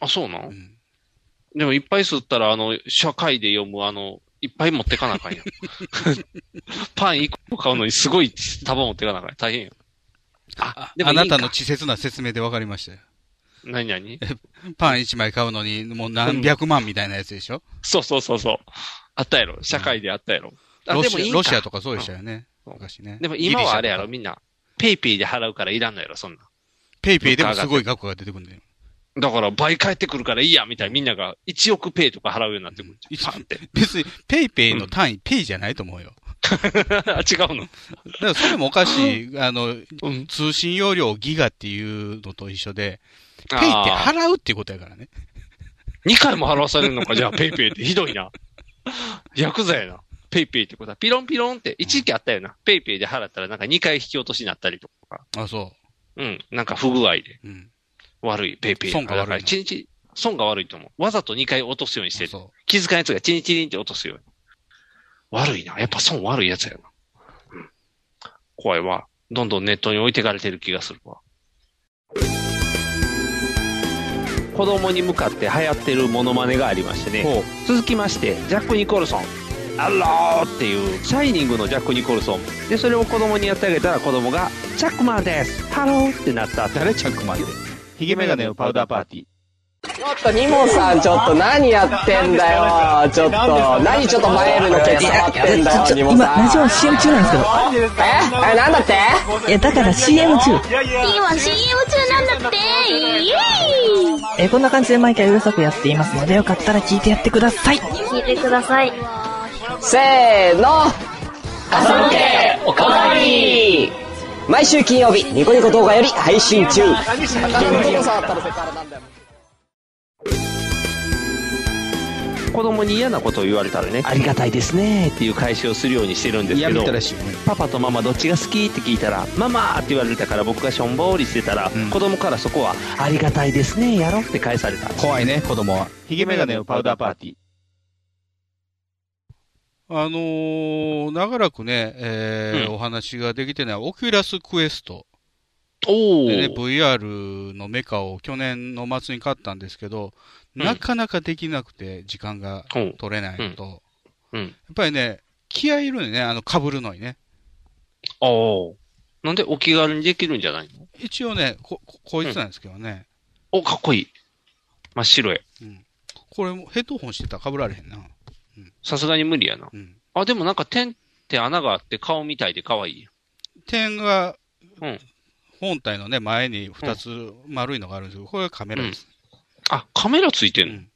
あ、そうな
うんん。
でもいっぱい吸ったら、あの、社会で読む、あの、いっぱい持ってかなあか んやん。パン1個買うのにすごい束持ってかなあかんやん。大変やん。あ、でも
あ
いいんか
なたの稚拙な説明で分かりましたよ。
何々
パン1枚買うのにもう何百万みたいなやつでしょ、
そうそうそうそう。あったやろ。社会であったやろ。あ
ロ
で
シ
も
ア
いいんか
ロシアとかそうでしたよね。
うん
昔ね。
でも今はあれやろ、
ギリシャとか
みんな。ペイペイで払うからいらんのやろ、そんな。
ペイペイでもすごい額が出てくるんだよ。
だから倍返ってくるからいいや、みたいな。みんなが1億ペイとか払うようになってくる。
うん
パンって。
別に、ペイペイの単位、ペイじゃないと思うよ。
あ違うの。
だからそれもおかしい。あの、
うん。
通信容量ギガっていうのと一緒で、ペイって
ああ。
払うっていうことやからね。
2回も払わされるのか、じゃあ、ペイペイってひどいな。ヤクザやな。ペイペイってことは、ピロンピロンって、一時期あったよな。ペイペイで払ったらなんか2回引き落としになったりとか。
あ、そ
うん。なんか不具合で。
う。うん。
悪い、ペイペイ。
損が悪いな
だから一日、損が悪いと思う。わざと2回落とすようにしてる。
そ
気づかないやつがチリンチリンって落とすように。悪いな。やっぱ損悪いやつやな。うん怖いわ。どんどんネットに置いてかれてる気がするわ。子供に向かって流行ってるモノマネがありましてね。
ほ
続きまして、ジャック・ニコルソン。あらーっていう、シャイニングのジャック・ニコルソン。で、それを子供にやってあげたら子供が、ジャックマンですハローってなった。誰ジャックマンで
ヒゲメガネのパウダーパーティー。
ちょっとニモさんちょっと何やってんだよちょっと何ちょっと前るの毛触ってんだよニモ
今、
さん
ラジオ CM 中なんですけど。
ええなんだって
え、だから CM 中。
今 CM 中なんだってイエーイ
え、こんな感じで毎回うるさくやっていますので、よかったら聞いてやってください。
聞いてください
せーの朝向けおかわり毎週金曜日ニコニコ動画より配信中
子供に嫌なことを言われたらね、ありがたいですねっていう返しをするようにしてるんですけど、
しいよね。
パパとママどっちが好きって聞いたら、ママって言われたから僕がしょんぼりしてたら、
うん
子供からそこは、ありがたいですねやろって返された。
怖いね、子供は。ヒゲメガネのパウダーパーティー。
あのー、長らくね、えー
うん
お話ができてない、オキュラスクエスト。
お
でね、VR のメカを去年の末に買ったんですけど、
うん
なかなかできなくて、時間が
ほう
取れないのと、
うんうん
やっぱりね、気合いるのよね、あの、被るのにね。
おなんでお気軽にできるんじゃないの
一応ね、こ、ここいつなんですけどね、
お、かっこいい。真っ白や。
これもヘッドホンしてたら被られへんな。
さすがに無理やな。
うん。
あ、でもなんか点って穴があって顔みたいで可愛いやん。
点が、
うん
本体のね、前に二つ丸いのがあるんですけど、これがカメラです。
あ、カメラついて
うん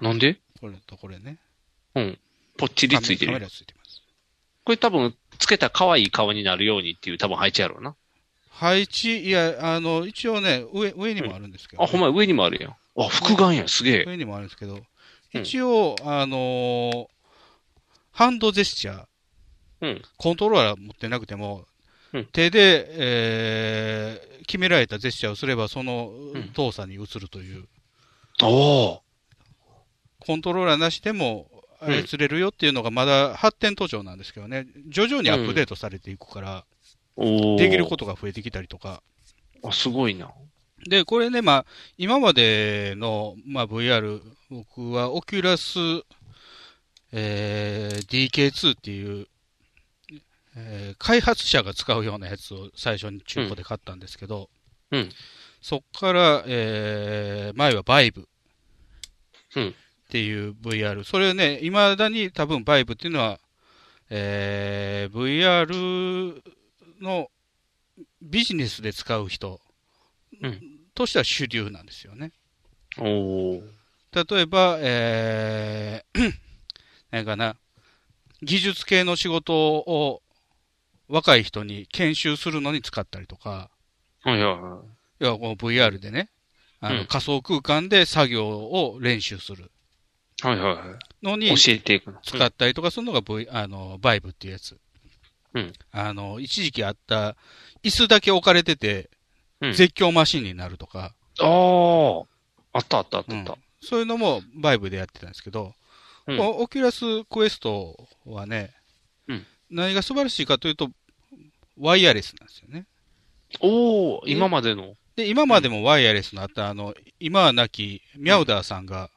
の、なんで
これとこれね。
ぽっちりついて
カメ
る。
ラついてます。
これ多分、つけた可愛い顔になるようにっていう多分配置やろうな。
配置、いや、あの、一応ね、上、上にもあるんですけど、
あ、ほんまや、上にもあるやん。あ、複眼や、すげえ。
上にもあるんですけど、
うん
一応、あのーハンドジェスチャー、
うん
コントローラー持ってなくても、
うん
手で、えー決められたジェスチャーをすれば、その
ん
動作に移るという、
おお。
コントローラーなしでも、あ
ん
れ釣れるよっていうのがまだ発展途上なんですけどね、徐々にアップデートされていくから、
おお。
できることが増えてきたりとか、
と。あ、すごいな。
で、これね、まあ、今までの、まあ、VR、僕は、オキュラス、えー、DK2 っていう、えー開発者が使うようなやつを最初に中古で買ったんですけど、
うんうん
そっから、えー前はバイブ
うん
っていう VR、それね、いまだに多分バイブっていうのは、えー VR のビジネスで使う人
うん
としては主流なんですよね。
おお。
例えば、えー なんかな、技術系の仕事を若い人に研修するのに使ったりとか、
はいはいは
要はこの VR でね、あの
うん
仮想空間で作業を練習する。
はいはいは
のに
い。教えていくの。
使ったりとかするのが V、あの、バイブっていうやつ。
うん。
あの、一時期あった、椅子だけ置かれてて、
うん
絶叫マシンになるとか、
ああ。あったあったあった
う
あっ
ん
た。
そういうのもバイブでやってたんですけど、
うん
このオキュラスクエストはね、
うん
何が素晴らしいかというと、ワイヤレスなんですよね。
おお今までの。
で、今までもワイヤレスのあった、あの、今は亡きミャウダーさんが、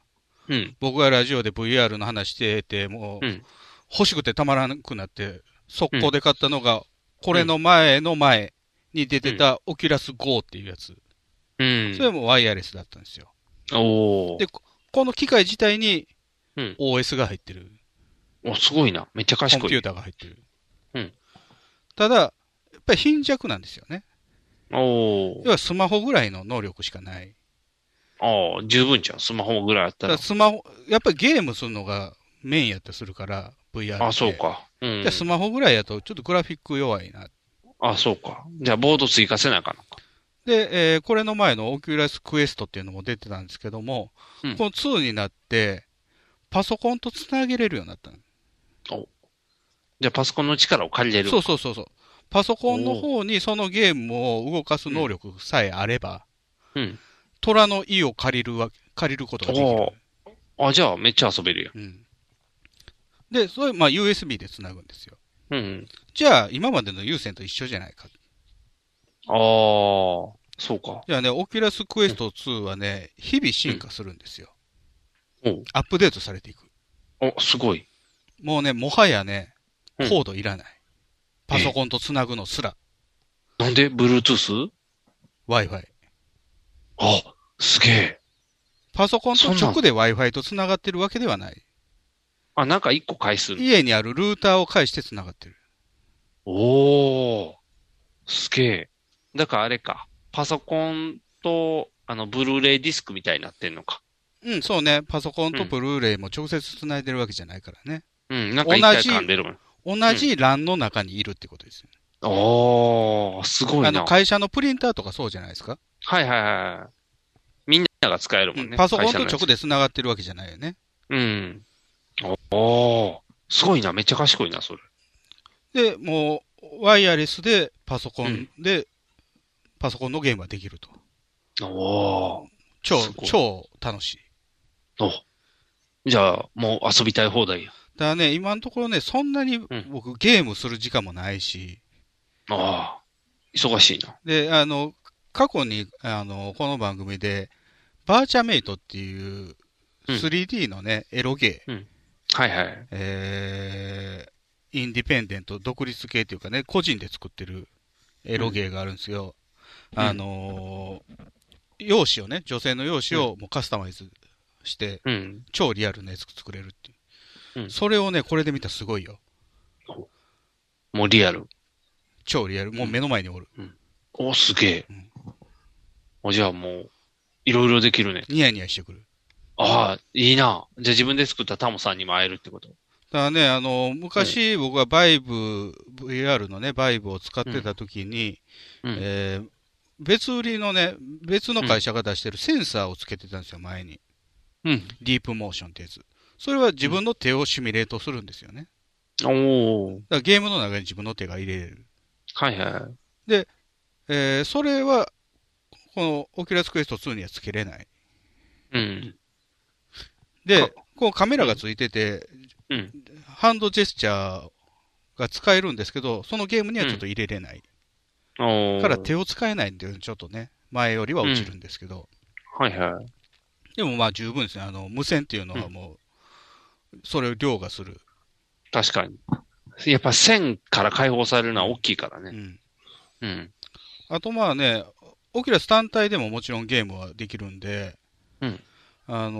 うん。
僕がラジオで VR の話してて、もう、
うん
欲しくてたまらなくなって、速攻で買ったのが、これの前の前に出てたオキュラス GO っていうやつ。
うん
そ。れもワイヤレスだったんですよ。
おお
で、ここの機械自体に
うん
OS が入ってる。
おすごいな。めっちゃ
コン
賢
ピュー
い。
ターが入ってる。
うん
ただ、やっぱり貧弱なんですよね。
お
要はスマホぐらいの能力しかない。
おああ、十分じゃん。スマホぐらいあった
た
ら
だ。スマホ、やっぱりゲームするのがメインやったりするから、VR って。
あ、そうか。うん
じゃあ。スマホぐらいやとちょっとグラフィック弱いな。
あ、そうか。じゃあ、ボード追加せなあかんのか。
で、えーこれの前のオキュラスクエストっていうのも出てたんですけども、
うん
この2になって、パソコンとつなげれるようになったの
じゃあ、パソコンの力を借りれる。
そうそうそうそう。パソコンの方にそのゲームを動かす能力さえあれば、
うん。
虎の意を借りるわ、借りることができる
お。お。あ、じゃあ、めっちゃ遊べる
うん、で、それ、まあ、USB でつなぐんですよ。
やん。うん。
じゃあ、今までの有線と一緒じゃないか。
ああ、そうか。
じゃあね、オキュラスクエスト2はね、日々進化するんですよ。
おう
アップデートされていく。
お、すごい。
もうね、もはやね、
うん
コードいらない。パソコンとつなぐのすら、
なんで ?Bluetooth?
Wi-Fi。
あ、すげえ。
パソコンと
そんなん
直で Wi-Fi とつながってるわけではない。
あ、なんか一個返す。
家にあるルーターを介してつながってる。
おお。すげえ。だからあれか。パソコンと、あの、ブルーレイディスクみたいになってんのか。
うん、そうね。パソコンとブルーレイも直接つないでるわけじゃないからね。
うん、なんか一体
同じ
感出るもん。
同じ欄の中にいるってことですよね。
おー、すご
あ
いな。
の、
はい
会社のプリンターとかそうじゃないですか。
はいはい。みんなが使えるもん
う
ね。
んパソコン
会
と
社のやつ
直でつながってるわけじゃないよね。
うん。おー、すごいな。めっちゃ賢いな、それ。
で、もう、ワイヤレスでパソコンで、パソコンのゲームができると。
おー。
超
すご、い
超楽しい。
おじゃあ、もう遊びたい放題や。
だからね、今のところね、そんなに僕、ゲームする時間もないし、
ああ、忙しいな。
で、あの、過去に、あの、この番組で、バーチャメイトっていう、
うん
3D のね、エロゲー、
はいはい。
えー、インディペンデント、独立系というかね、個人で作ってるエロゲーがあるんですよ。
うん
あのー容姿をね、女性の容姿をもうカスタマイズして、
うん。
超リアルなやつ作れるっていう。
うん
それをね、これで見たらすごいよ。
もうリアル。
超リアル。もう目の前におる。
お、すげえ
うん。
お、じゃあもう、いろいろできるね。
ニヤニヤしてくる。
ああ、いいな。じゃあ自分で作ったタモさんにも会えるってこと。
だからね、あの、昔僕はバイブ、VR のね、バイブを使ってた時に、
うん。
えー別売りのね、別の会社が出してるセンサーをつけてたんですよ、前に。
うん。
ディープモーションってやつ。それは自分の手をシミュレートするんですよね。
おー。
だからゲームの中に自分の手が入れれる。
はいはい。
えーそれは、このオキュラスクエスト2にはつけれない。
うん。
で
か、
こうカメラがついてて、
うん
ハンドジェスチャーが使えるんですけど、そのゲームにはちょっと入れれない。
おー。
から手を使えないんで、ちょっとね、前よりは落ちるんですけど、
はいはい。
でもまあ十分ですね。あの、無線っていうのはもう、それを凌駕する。
確かに。やっぱ線から解放されるのは大きいから
う
ね。
ん。
うん。
あとまあね、オキュラス単体でももちろんゲームはできるんで、
うん
あの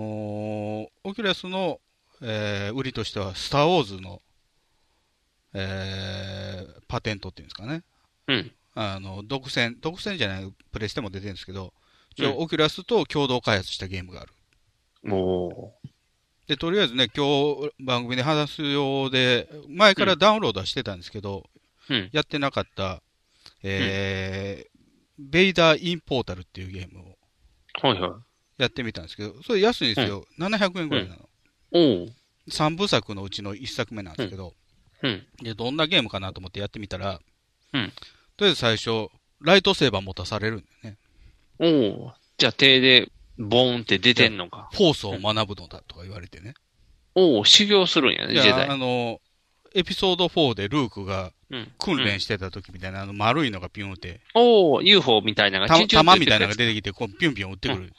ーオキュラスの、えー売りとしては、スター・ウォーズの、えーパテントっていうんですかね。
うん。
あの、独占、独占じゃない、プレステも出てるんですけど、一応
うん
オキュラスと共同開発したゲームがある。
お
で、とりあえずね、今日番組で話すようで、前からダウンロードはしてたんですけど、
ー。うん。
やってなかった、えーベイダー・インポータルっていうゲームを
はいはい。
やってみたんですけど、それ安いんですよ。700円ぐらいなの。 3部作のうちの1作目なんですけど、
うん。
で、どんなゲームかなと思ってやってみたら、
うん
とりあえず最初、ライトセーバー持たされるんだよね。
おおじゃあ手で、ボーンって出てんのか。
フォースを学ぶのだとか言われてね。
おお修行するんやね、
い
ジェダ
や、あ
イ。
の、エピソード4でルークが
うん
訓練してた時みたいな、あの丸いのがピュンって、
おお UFO みたいなのが、
た
チンチンって
弾みたい
る
な
や
の
つ
が出てきて、こうピュンピュン打ってくる。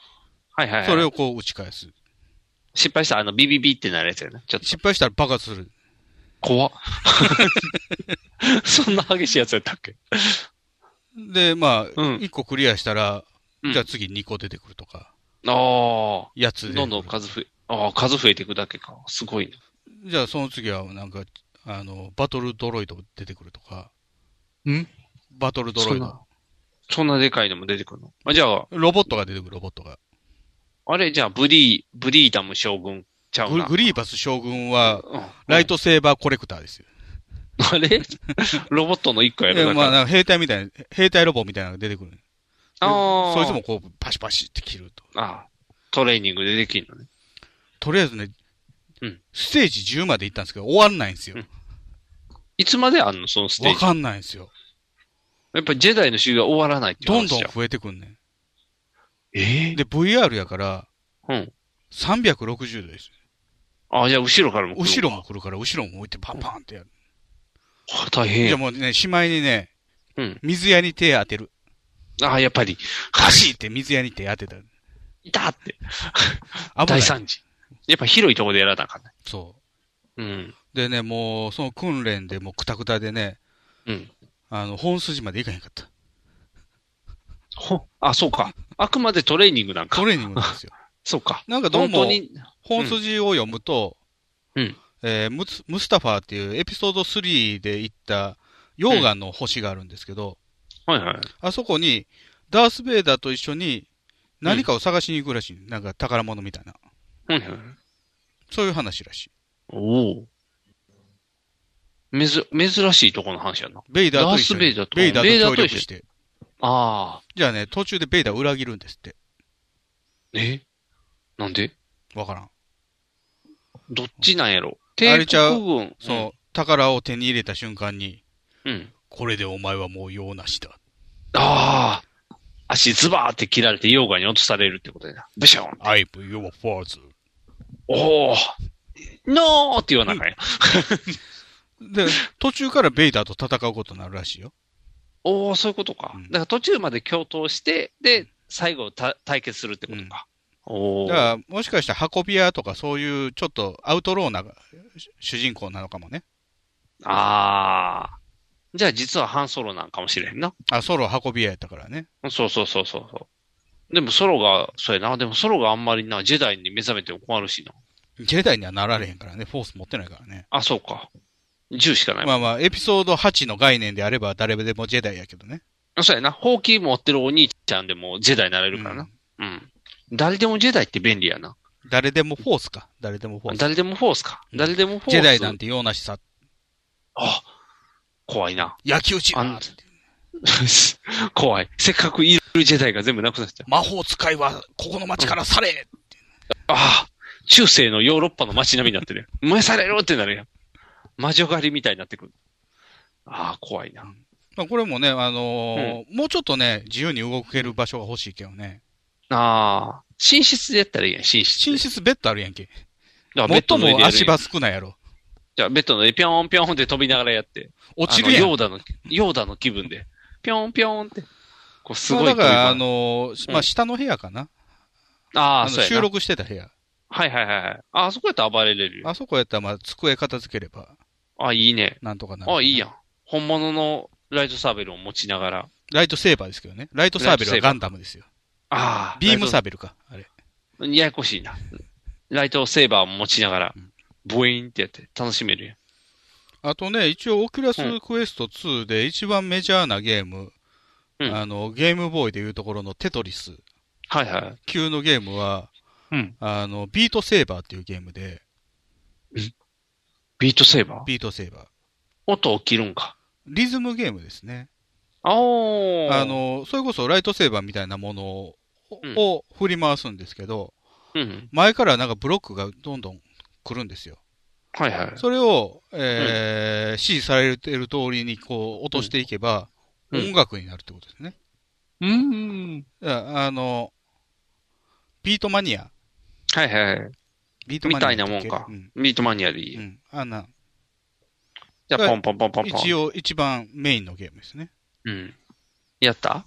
はいはいはい。
それをこう打ち返す。
失敗したら、あの、ビビビってなるやつやね。ちょっと。
失敗したら爆発する。
怖っ そんな激しいやつやったっけ
で、まあ、
うん
1個クリアしたら、
うん
じゃあ次2個出てくるとか、
ああ。
やつで。
どんどん数増え、ああ、数増えていくだけか。すごいね。
じゃあその次はなんか、あの、バトルドロイド出てくるとか。
ん
バトルド
そ
ロイ
ん
ド
な。、そんなでかいのも出てくるの。あじゃあ、
ロボットが出てくる、ロボットが。
あれ、じゃあ、ブリー、ブリーダム将軍ちゃう
グ
な。
グリーバス将軍は、
うん
ライトセーバーコレクターですよ。
あれ ロボットの一個や
いや
るだか
ま
ら。
あ、なんか兵隊みたいな、兵隊ロボみたいなのが出てくる。
ああ。
そいつもこう、パシパシって切ると。
ああ。トレーニングでできるのね。
とりあえずね、
うん
ステージ10まで行ったんですけど、終わんないんですよ。
うんいつまであんのそのステー
わ
ジ。
かんないんですよ。
やっぱりジェダイの修行は終わらないっていう
どん
話
どん
じゃ
増えてくんね
え
ん。で、VR やから、
うん。
360度です。
ああ、じゃあ、後ろからも来る。
後ろも来るから、後ろも置いてパンパンってやる。
ああ。大
じゃあ
変。
もうね、しまいにね、
うん。
水屋に手当てる。
ああ、やっぱり。
パシって水屋に手当てた。危
いたって。
ない。
大惨事。やっぱ広いところでやらなあかんね。
そ
うん。
う。でね、もう、その訓練でもうクタクタでね、
うん。
あの、本筋まで行かへんかった。
ほ、あ、そうか。あくまでトレーニングなんか
ト。レーニングなんですよ。
そうか。
なんかどう
本当
も、
に。
本筋を読むと、
うん
えームスムスタファーっていうエピソード3で行った溶岩の星があるんですけど、
はいはい。
あそこに、ダース・ベイダーと一緒に何かを探しに行くらしい。なんか宝物みたいな。
はいはい。
そういう話らしい。
おお。めず、珍しいとこの話やな。
ベイダーと一緒に。
ダースベイダーと
ベイダ
ベイダ
ー
ー
と
と
協
一緒
力して。
ああ。
じゃあね、途中でベイダー裏切るんですって。
えなんで
わからん。
どっちなんやろ
あれ
帝
ちゃう
国軍。
その、宝を手に入れた瞬間に、
うん。うん。
これでお前はもう用なしだ。
ああ。足ズバーって切られて溶岩に落とされるってことやな。ブション。
I'm your father.
おお。ノーって言わなあかんや。
で、途中からベイダーと戦うことになるらしいよ。
おお、そういうことか
うん。
だから途中まで共闘して、で、最後た対決するってことか。おお。
だから、もしかしたら運び屋とかそういうちょっとアウトローな主主人公なのかもね。
ああ。じゃあ実は半ソロなんかもしれへんな。
あ、ソロ運び屋やったからね。
そうそうそうそうそう。でもソロが、そうやな。でもソロがあんまりな、ジェダイに目覚めても困るしな。
ジェダイにはなられへんからね。フォース持ってないからね。
あ、そうか。銃しかない。
まあまあ、エピソード8の概念であれば誰でもジェダイやけどね。
そうやな。ほうき持ってるお兄ちゃんでもジェダイになれるからな。うん。誰でもジェダイって便利やな。
誰でもフォースか。誰でもフォース。
誰でもフォースか。
うん
誰でもフォース。
ジェダイなんて用なしさ。
あ、怖いな。
焼き討ち
あん怖い。せっかくいるジェダイが全部なくなっちゃう。
魔法使いはここの町から去れ、
ああ、中世のヨーロッパの街並みになってるやん。燃やされろってなるやん。魔女狩りみたいになってくる。ああ、怖いな。
まあ、これもね、あのーもうちょっとね、自由に動ける場所が欲しいけどね。
ああ、寝室でやったらいいやん、寝室で。
寝室ベッドあるやんけ。
だからベッド
最
の上でや
も
るやん
足場少ないやろ。
じゃあ、ベッドの上でピョーンピョーンって飛びながらやって。
落ちるや
あの
ん。
ヨーダの、ヨーダの気分で。ピョーンピョーンって。こう、すごい
まあ
飛び
だ
回
か
る
ら、あのー
うん
まあ、下の部屋かな。
あ
あ
あ、
の
そうやな。
収録してた部屋。
はいはいはいはい。ああ、そこやったら暴れれるよ。
あそこやったら、まあ、机片付ければ、
ああ、いいね。
なんとかなる。
ああ、いいやん。本物のライトサーベルを持ちながら。
ライトセーバーですけどね。ライトサーベルはガンダムですよ。
ああ、
ビーム
ライト
サーベルか。あれ。
ややこしいな。ライトセーバーも持ちながら、ボイーンってやって楽しめるやん。
あとね、一応、オキュラ
う
スクエスト2で一番メジャーなゲーム、
うん
あの、ゲームボーイでいうところのテトリス
はいはい。
級のゲームは、
うん
あの、ビートセーバーっていうゲームで、
ビートセーバー
ビートセーバー。
音起きるんか。
リズムゲームですね。
あおー
あ、の、それこそライトセーバーみたいなものを,、
うん
を振り回すんですけど、
うん。
前からなんかブロックがどんどん来るんですよ。
はいはい。
それを、えー指示されてる通りにこう落としていけば、
うん
音楽になるってことですね。
うん。
だからあの、ビートマニア。
はいはい。
ビート
み
マニア
た
だっ
い
け。
なもんか
う。
ミートマニアでいい。
うん。あんな、
じゃあ、ポンポンポンポンポン。
一応一番メインのゲームですね。
うん。やった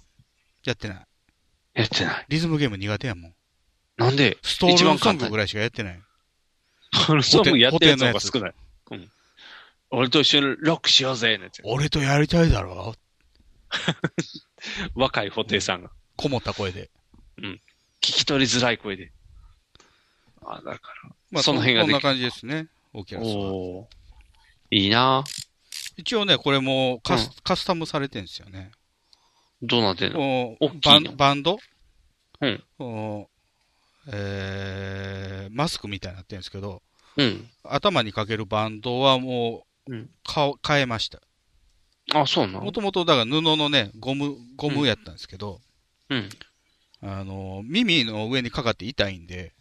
やってない。
やってない。
リズムゲーム苦手やもん。
なん で
ストーリ
一
ー
番
ソ
簡
ング
単
ぐ。らいしかやってない。
そのソングやってるやつの方が
固定
少ない。うん。俺と一緒にロックしようぜ、のやつ。
俺とやりたいだろ
若い布袋さんが。
こもった声で。
聞き取りづらい声で。あ、だから。
まあ、
その辺が
こん
で
な
きる
感じですね。オーキャラスは
おーいいな
一応ね、これもカス,、
う
カスタムされてるんですよね。
どうなってんの
も
大き
う
い
バ
の
ンバンド
うん。
おえーマスクみたいになってるんですけど、
うん。
頭にかけるバンドはもう
うん、
か変えました。
あ、そうなの
もともとだから布のね、ゴム、ゴムやったんですけど、
うん。
あの、耳の上にかかって痛いんで、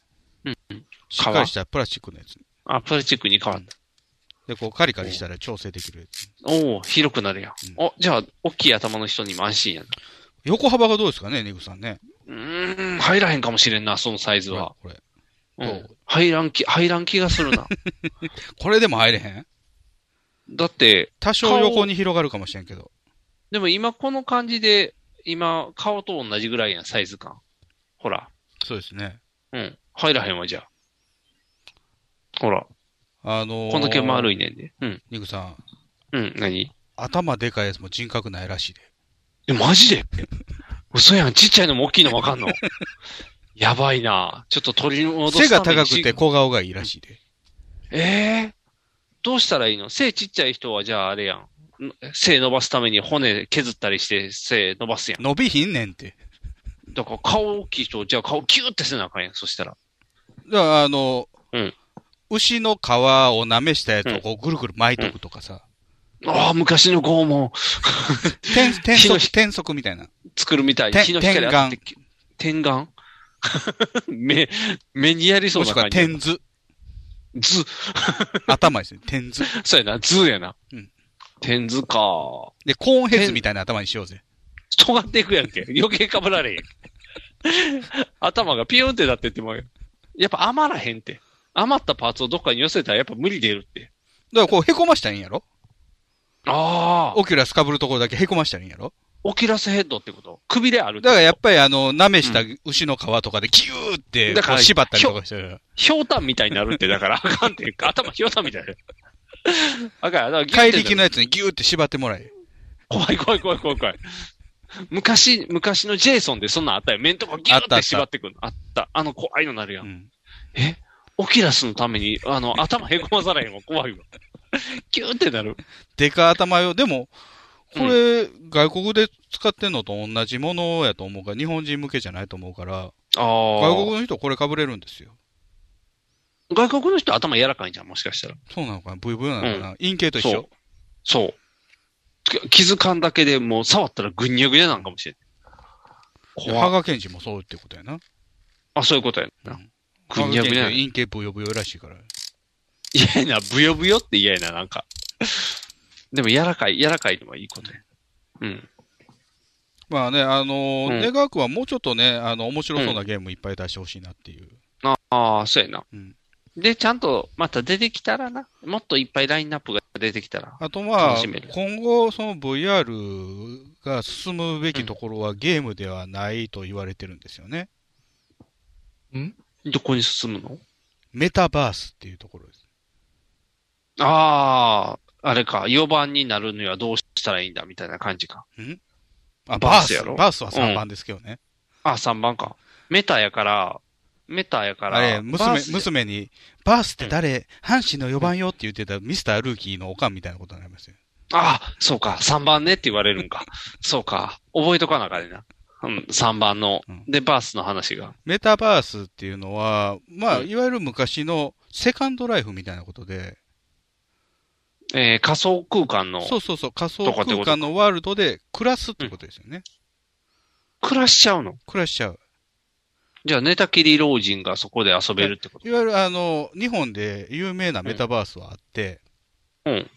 うん
しっかりしたプラスチックのやつ。
あ、プラスチックに変わった。
で、こうカリカリしたら調整できるやつ。
おお広くなるやん。お、じゃあ、大きい頭の人にも安心やな。
横幅がどうですかね、ニグさんね。
うーん、入らへんかもしれんな、そのサイズ
これ
は。、
これ。
う
れ
ん。入らん気、入らん気がする な。
これでも入れへん
だって、
多少横に広がるかもしれんけど。
でも今この感じで、今、顔と同じぐらいやん、サイズ感。ほら。
そうですね。
うん。入らへんわ、じゃあ。ほら。
あのー、
こんだけ丸
い。
いねんで。うん。
ニグさん、
うん、何
頭でかいやつも人格ないらしいで。
え、マジで嘘やん。ちっちゃいのも大きいのもわかん の。やばいな。ちょっと取り戻
背
す
が
ため
高
に
くて小顔がいいらしいで。
ええどうしたらいいの背ちっちゃい人はじゃああれやん。背伸ばすために骨削ったりして背伸ばすやん。
伸びひんねんって。
だから顔大きい人、じゃあ顔キューってせなあかんやん。そしたら。
だから、あの、
うん
牛の皮を舐めしたやつ
う
を
ん
こうぐるぐる巻いとくとかさ、
ああ、昔の拷問。
転転
火の
足、
火
転足みたいな。
作るみたい。
て
日の光当たってき。天眼 目、目にやりそう
もし
な
くは
感じ。
天図。
図。
頭ですね。天図。
そうやな、図やな。
うん
天図か。
で、コーンヘズみたいな頭にしようぜ。
尖っていくやんけ。余計かぶられへんやんけ。 頭がピヨンってなってってもうよやっぱ余らへんって。余ったパーツをどっかに寄せたらやっぱ無理出るって。
だからこう凹ましたらいいんやろ
ああ。
オキュラス被るところだけ凹ましたらいいんやろ
オキュラスヘッドってこと。くびれあるってこ
だ
と
からやっぱりあの、舐めした牛の皮とかでキューって
だか
こ
ら
う縛ったりとかしてる。
ひょうたんみたいになるって、だから、あ かんって。頭ひょうたんみたいになる。あかん、だからギュッ
怪
てなる
力のやつにギューって縛ってもらえ。
怖い怖い怖い怖い怖い。昔、昔のジェイソンでそんなんあったよ。面とかギュ
あった
ッて
あった
縛ってくるの。あった。あの怖いのなるや。
うんん。
えオキュラスのために、あの、頭へこまされへんわ。怖いわ。ギューってなる。
でか頭よ。でも、これ、外国で使ってんのと同じものやと思うから、日本人向けじゃないと思うから、
ああ。
外国の人これ被れるんですよ。
外国の人頭柔らかいんじゃん、もしかしたら。
そうなのかな ?VV なのかな、陰形と一
そ
緒
う。そう。き気づかんだけでもう触ったらぐにゃぐにゃなんかもしれん。
羽
怖い。
賀健治もそうってことやな。
あ、そういうことや
う
な。
ん
ぐ
羽賀
にゃ
健
ぐ
治
にゃ
は。陰形ブヨブヨらしいから。
嫌やな、ブヨブヨって嫌やな、なんか。でも柔らかい、柔らかいのはいいことや。うん。
まあね、あのー、
うん
ネガークはもうちょっとね、あの、面白そうなゲームいっぱい出してほしいなっていう。
ああ、そうやな。
うん
で、ちゃんとまた出てきたらな。もっといっぱいラインナップが出てきたら。
あとまあ
楽しめる、
今後、その VR が進むべきところはゲームではないと言われてるんですよね。
どこに進むの
メタバースっていうところです。
ああ、あれか。4番になるにはどうしたらいいんだ、みたいな感じか。
あ、
バースやろ
バースは
うん
3番ですけどね。
あ、3番か。メタやから、メタやから。
あれ、
バー
娘、
スで
娘に、バースって誰、阪神の4番よって言ってたミスタールーキーのおかんみたいなことになりますよ。
あ、そうか。3番ねって言われるんか。そうか。覚えとかなあかでな。うん、3番の
うん。
で、バースの話が。
メタバースっていうのは、まあ、
うん
いわゆる昔のセカンドライフみたいなことで、
えー、仮想空間の
そうそうそう、仮想
とかってこと
空間のワールドで暮らすってことですよね。
暮らしちゃうの。
暮らしちゃう。
じゃあ、寝たきり老人がそこで遊べるってこと
いわゆるあの、日本で有名なメタバースはあって、
うん。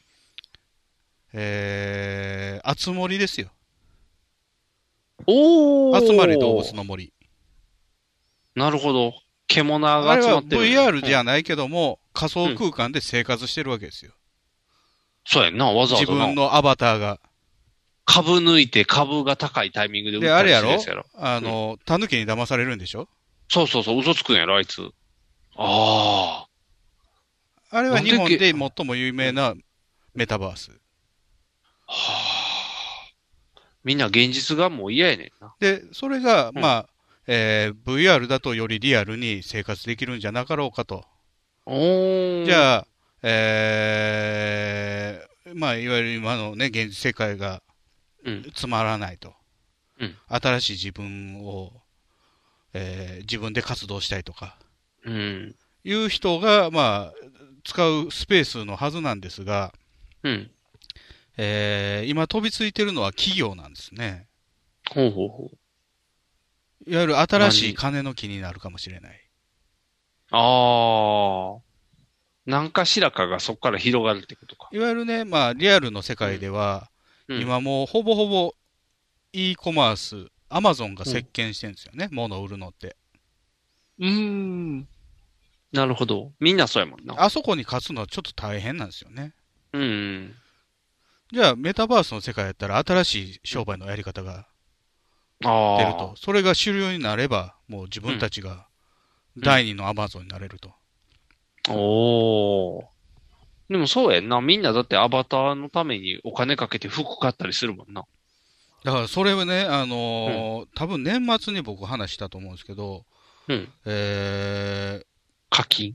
えー、あつ森ですよ。
おー
集まれ動物の森。
なるほど。獣
あ
が
れ
集ま
は
ってる。
VR じ
ゃ、
ゃないけども、仮想空間で生活してるわけですよ。
そうやんな、わざわ
自
ざな。
分のアバターが。
株抜いて株が高いタイミングで売っ
で、あ
たり
れや
する
ろ
やつやろ。
あの、タヌキに騙されるんでしょ
そうそうそう、嘘つくんやろ、あいつ。ああ。
あれは日本
なんで
で最も有名なメタバース。
みんな現実がもう嫌やねんな。
で、それが、
うん
まあ、えー VR だとよりリアルに生活できるんじゃなかろうかと。
おー。
じ
あ、
ゃあ、えーまあ、いわゆる今のね、現実世界が
うん。
つまらないと。
うん
新しい自分を、えー自分で活動したいとか、
うん。
いう人が、まあ、使うスペースのはずなんですが、
うん。
えー今飛びついてるのは企業なんですね。
ほうほうほう。
いわゆる新しい金の木になるかもしれない。
ああ。何かしらかがそこから広がるってことか。
いわゆるね、まあ、リアルの世界では、
うん、
今もうほぼほぼ e コマース、アマゾンが席巻してるんですよね、物を売るのって。
うーん。なるほど。みんなそうやもんな。
あそこに勝つのはちょっと大変なんですよね。
うん。
じゃあ、メタバースの世界やったら新しい商売のやり方が
ああ。
出ると。それが主流になれば、もう自分たちが第二のアマゾンになれると。
おー。でもそうやんな。みんなだってアバターのためにお金かけて服買ったりするもんな。
だから、それはね、あのー多分年末に僕話したと思うんですけど、
うん。
え
課金。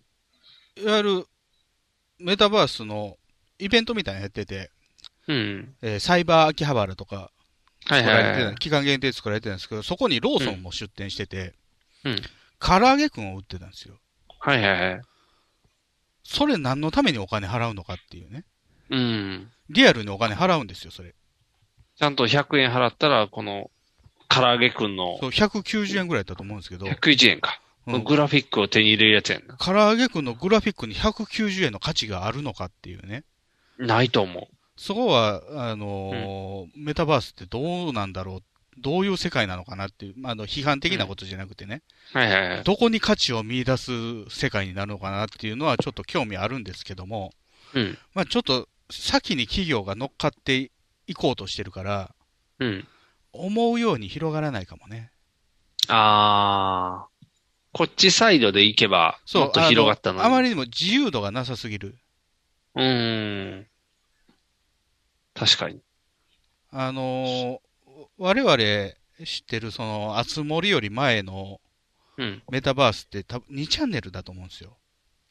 ー、いわゆるメタバースのイベントみたいなのやってて、
うん。
えーサイバー秋葉原とか
はい
作
は
られて
い
た、
はい。
期間限定で作られてたんですけど、そこにローソンも出店してて、
うん。
唐揚げくんを売ってたんですよ。
はいはいはい。
それ何のためにお金払うのかっていうね。
うん。
リアルにお金払うんですよ、それ。
ちゃんと100円払ったら、この、唐揚げくんの
そう、190円ぐらいだったと思うんですけど、
101円か。
うん
グラフィックを手に入れるやつやんな。
唐揚げくんのグラフィックに190円の価値があるのかっていうね。
ないと思
そこは、あのーメタバースってどうなんだろう、どういう世界なのかなっていう、まあ、あの、批判的なことじゃなくてね、
う。はいはいはい。
どこに価値を見出す世界になるのかなっていうのはちょっと興味あるんですけども、
うん。
まあ、ちょっと先に企業が乗っかっていこうとしてるから、
うん。
思うように広がらないかもね。
あー。こっちサイドで行けば、もっと広がったの
あのあまりにも自由度がなさすぎる。
うーん。確かに。
あのー我々知ってるその、あつ森より前の
うん。
メタバースって多分2チャンネルだと思うんですよ。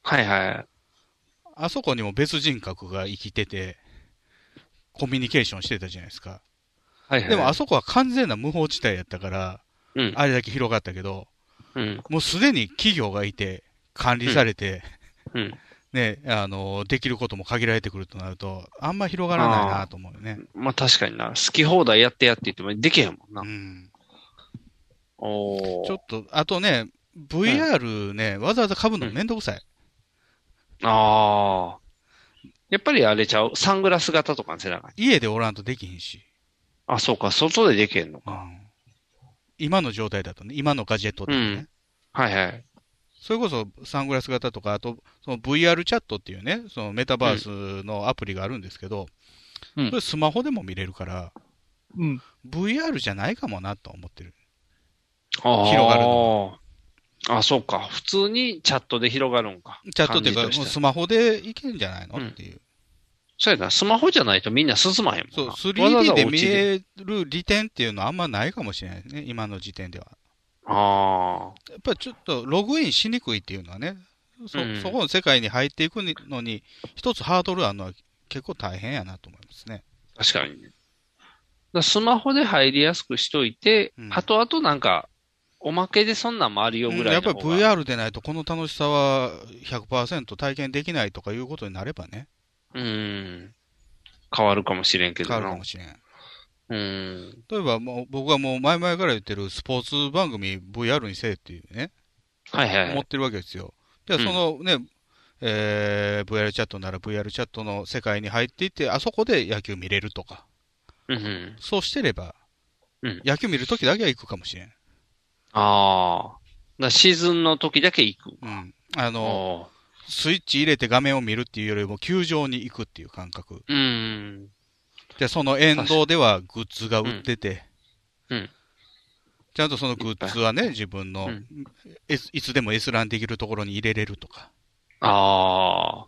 はいはい。
あそこにも別人格が生きてて、コミュニケーションしてたじゃないですか。
はいはい。
でもあそこは完全な無法地帯やったから、
うん。
あれだけ広がったけど、
うん。
もうすでに企業がいて、管理されて、
うん。
ね、あの、できることも限られてくるとなると、あんま広がらないなと思うよね。
まあ確かにな。好き放題やってやって言ってもできへんもんな
う。ん。
おー
ちょっと、あとね、VR ね、わざわざ被るのめんどくさい。
ああ。やっぱりあれちゃう。サングラス型とかにせなあかん
家でおらんとできひんし。
あ、そうか。外でできへんの
う
か。
ん。今の状態だとね、今のガジェットだとね。
うんはいはい。
それこそサングラス型とか、あと、その VR チャットっていうね、そのメタバースのアプリがあるんですけど、
うん
それスマホでも見れるから、
うん。
VR じゃないかもなと思ってる。
あー
広がる
あ、そうか。普通にチャットで広がるんか。
チャットっていうか、
感じ
も
と
う
して
スマホでいけんじゃないの、
うん
っていう。
そうやな。スマホじゃないとみんな進まへんもんな。
そう、
わざわざ
3D
お
で
家
見える利点っていうのはあんまないかもしれないね、今の時点では。
ああ。
やっぱりちょっとログインしにくいっていうのはね、そ,、
うん
そこの世界に入っていくのに、一つハードルあるのは結構大変やなと思いますね。
確かにね。だからスマホで入りやすくしといて、
うん
後々なんか、おまけでそんなんもあるよぐ
うん
ら
や
い
っ
の
ぱり
方が、り
VR でないとこの楽しさは100%体験できないとかいうことになればね、
VR。うん。変わるかもしれんけど
変わる
な
かも。しれん。
うん。
例えばもう僕はもう前々から言ってるスポーツ番組 VR にせえっていうね、
はいはいはい
思ってるわけですよ。じゃあそのね、えー VR チャットなら VR チャットの世界に入っていって、あそこで野球見れるとか、
うんうん。
そうしてれば、
うん
野球見るときだけは行くかもしれん。
ああ。だからシーズンの時だけ行く。
うん。あの、
あ
スイッチ入れて画面を見るっていうよりも球場に行くっていう感覚。
ーうん。
で、その沿道ではグッズが売ってて、
うんうん
ちゃんとそのグッズはね、自分の、
うん
えいつでも閲覧できるところに入れれるとか。
ああ。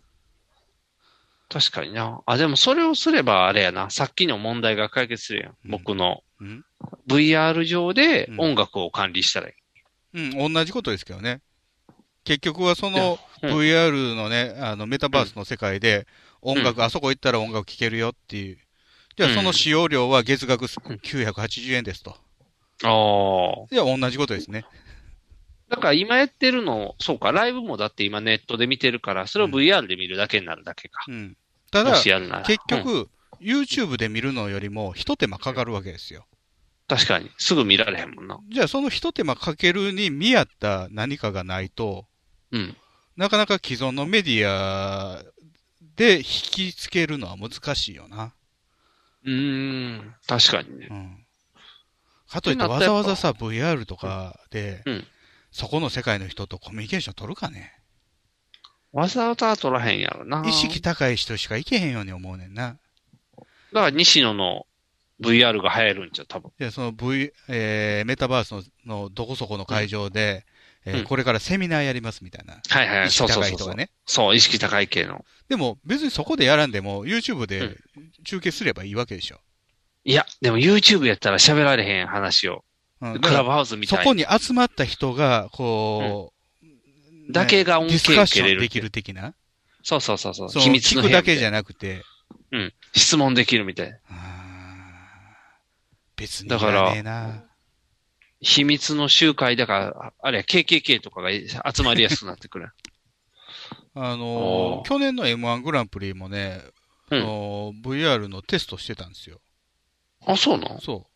確かにな。あ、でもそれをすればあれやな。さっきの問題が解決するやん。
うん
僕の
うん
VR 上で
うん
音楽を管理したらいい。
うん、同じことですけどね。結局はその
うん
VR のね、あのメタバースの世界で音楽、あそこ行ったら音楽聴けるよっていう。じゃあ
うん
その使用料は月額980円ですと。
ああ。
じゃあ同じことですね。
だから今やってるの、そうか、ライブもだって今ネットで見てるから、それを VR で見るだけになるだけか。
うん。た
も
だ、
しやるなら。
結
うん
局、YouTube で見るのよりも一手間かかるわけですよ。
確かに。すぐ見られへんもんな。
じゃあその一手間かけるに見合った何かがないと、
うん。
なかなか既存のメディアで引きつけるのは難しいよな。
うーん。確かにね。
うんかといっ
っ
て
てな
わ
ったら
ざわざさ、VR とかで、
うん
そこの世界の人とコミュニケーション取るかね。
わざわざ取らへんやろな。
意識高い人しか行けへんように思うねんな。
だから西野の VR が流行るんちゃう、多分。
じゃあその V、えーメタバースののどこそこの会場で、えー
うん
これからセミナーやりますみたいな。
はいはい。
意
そう
識
そう
高い
そう
人
そ
が
う。
ね。
そう、意識高い系の。
でも別にそこでやらんでも YouTube
う
で中継すればいいわけでしょ。
いや、でも YouTube やったら喋られへん話を。
うん
クラブハウスみ
そ
たい
こ
に。
に集まった人が、こう、ね
だけが恩恵
ディスカッシ
受けれ
ョン
る
できる的な。
そうそうそうそう。
そう
秘密
聞
の
く
部屋
だ
みたい
けじゃなくて、
うん。質問できるみたいな。
あー別にい
だから
らねえな。
秘密の集会だから、ああれや、KKK とかが集まりやすくなってく る。
あの
お
ー
ー
去年の M1 グランプリもね、
うん
あのー VR のテストしてたんですよ。
あ、そうなの
そ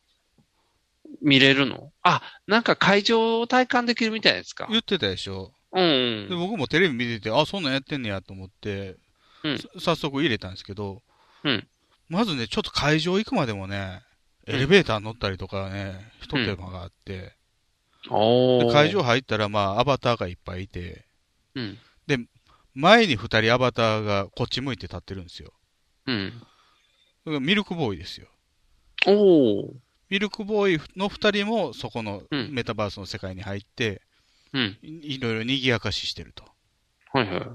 見れるのあ、なんか会場を体感できるみたいですか
う。言ってたでしょ。
うん
で、
うん。
僕もテレビ見てて、あ、そんなんやってんねやと思って、
うん
さ早速入れたんですけど、
うん
まずね、ちょっと会場行くまでもね、
うん
エレベーター乗ったりとかね、一手間があって、
お
で
ー
会場入ったら、まあ、アバターがいっぱいいて、
うん。
前に二人アバターがこっち向いて立ってるんですよ。
うん。
だからミルクボーイですよ。
おお。
ミルクボーイの2人もそこの
うん
メタバースの世界に入って、
うん。
いいろいろ賑やかししてると。
はいはい。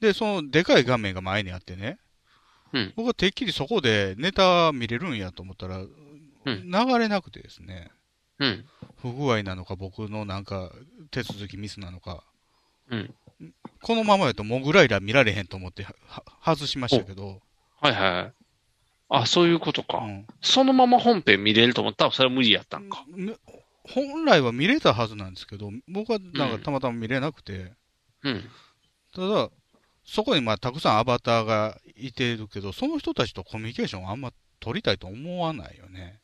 で、そのでかい画面が前にあってね、
うん
僕はてっきりそこでネタ見れるんやと思ったら、流れなくてですね、
うん。
不具合なのか僕のなんか手続きミスなのか、
うん
このままやとモグライダー見られへんと思ってはは外しましたけど、
はいはい。あ、そういうことか。
うん
そのまま本編見れると思ったら、それは無理やったんか。
ね本来は見れたはずなんですけど、僕はなんかたまたま見れなくて、
うん。
ただ、そこにまあたくさんアバターがいてるけど、その人たちとコミュニケーションあんま取りたいと思わないよね。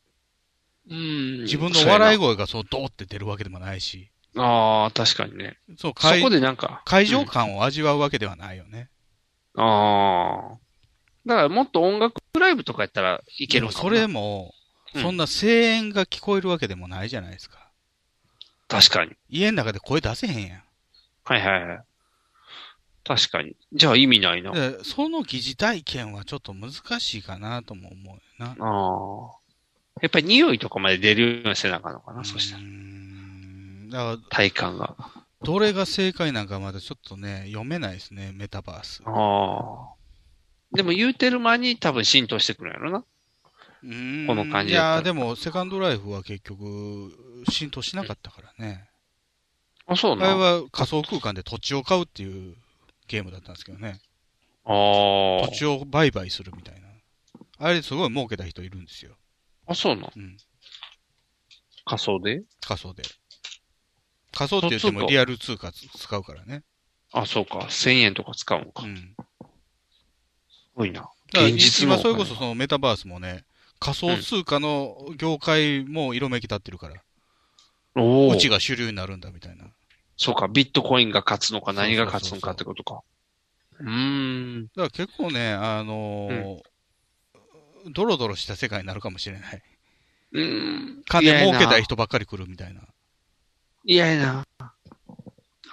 うん。
自分の笑い
声。
声がそうドーって出るわけでもないし、
ああ、確かにね。
そ
そ
う会
こでなんか。
会
う
場
ん
感を味わうわけではないよね。
ああ。だからもっと音楽ライブとかやったらいけ
で
るの
も
か
そ
も
れ
な
も、
うん
そんな声援が聞こえるわけでもないじゃないですか。
確かに。
家の中で声出せへんやん。
はいはいはい。確かに。じゃあ意味ないな。あ
でその疑似体験はちょっと難しいかなとも思うよな。
あ。やっぱり匂いとかまで出るようにせなあかんのかな、そした
う
ら。
ーんだから、
体感が。
どれが正解なんかまだちょっとね、読めないですね、メタバース。
ああ。でも言うてる間に多分浸透してくるんやろな。
うーん
この感じ
い
だ
や
ったら
ーでも、セカンドライフは結局、浸透しなかったからね。
あ、そう
あれ
なのあ
は仮想空間で土地を買うっていうゲームだったんですけどね。
あ
土。地を売買するみたいな。あれすごい儲けた人いるんですよ。
あ、そうなの
うん。
仮想で
仮想で。仮想って言って
そうそ
も
う
リアル通貨使うからね。
あ、そうか。1000円とか使うんか。
う
す
ん。
ごいな。
だから
現実の
今
お
そ
金
れ
が
こそそのメタバースもね、仮想通貨の業界も色めき立ってるから、
おお。
うちが主流になるんだみたいな。
そうか、ビットコインが勝つのか何が勝つのかってことか。うーん。
だから結構ね、あのードロドロした世界になるかもしれない。
うーん。
金儲けたい
い。
人ばっかり来るみたいな。
嫌やな。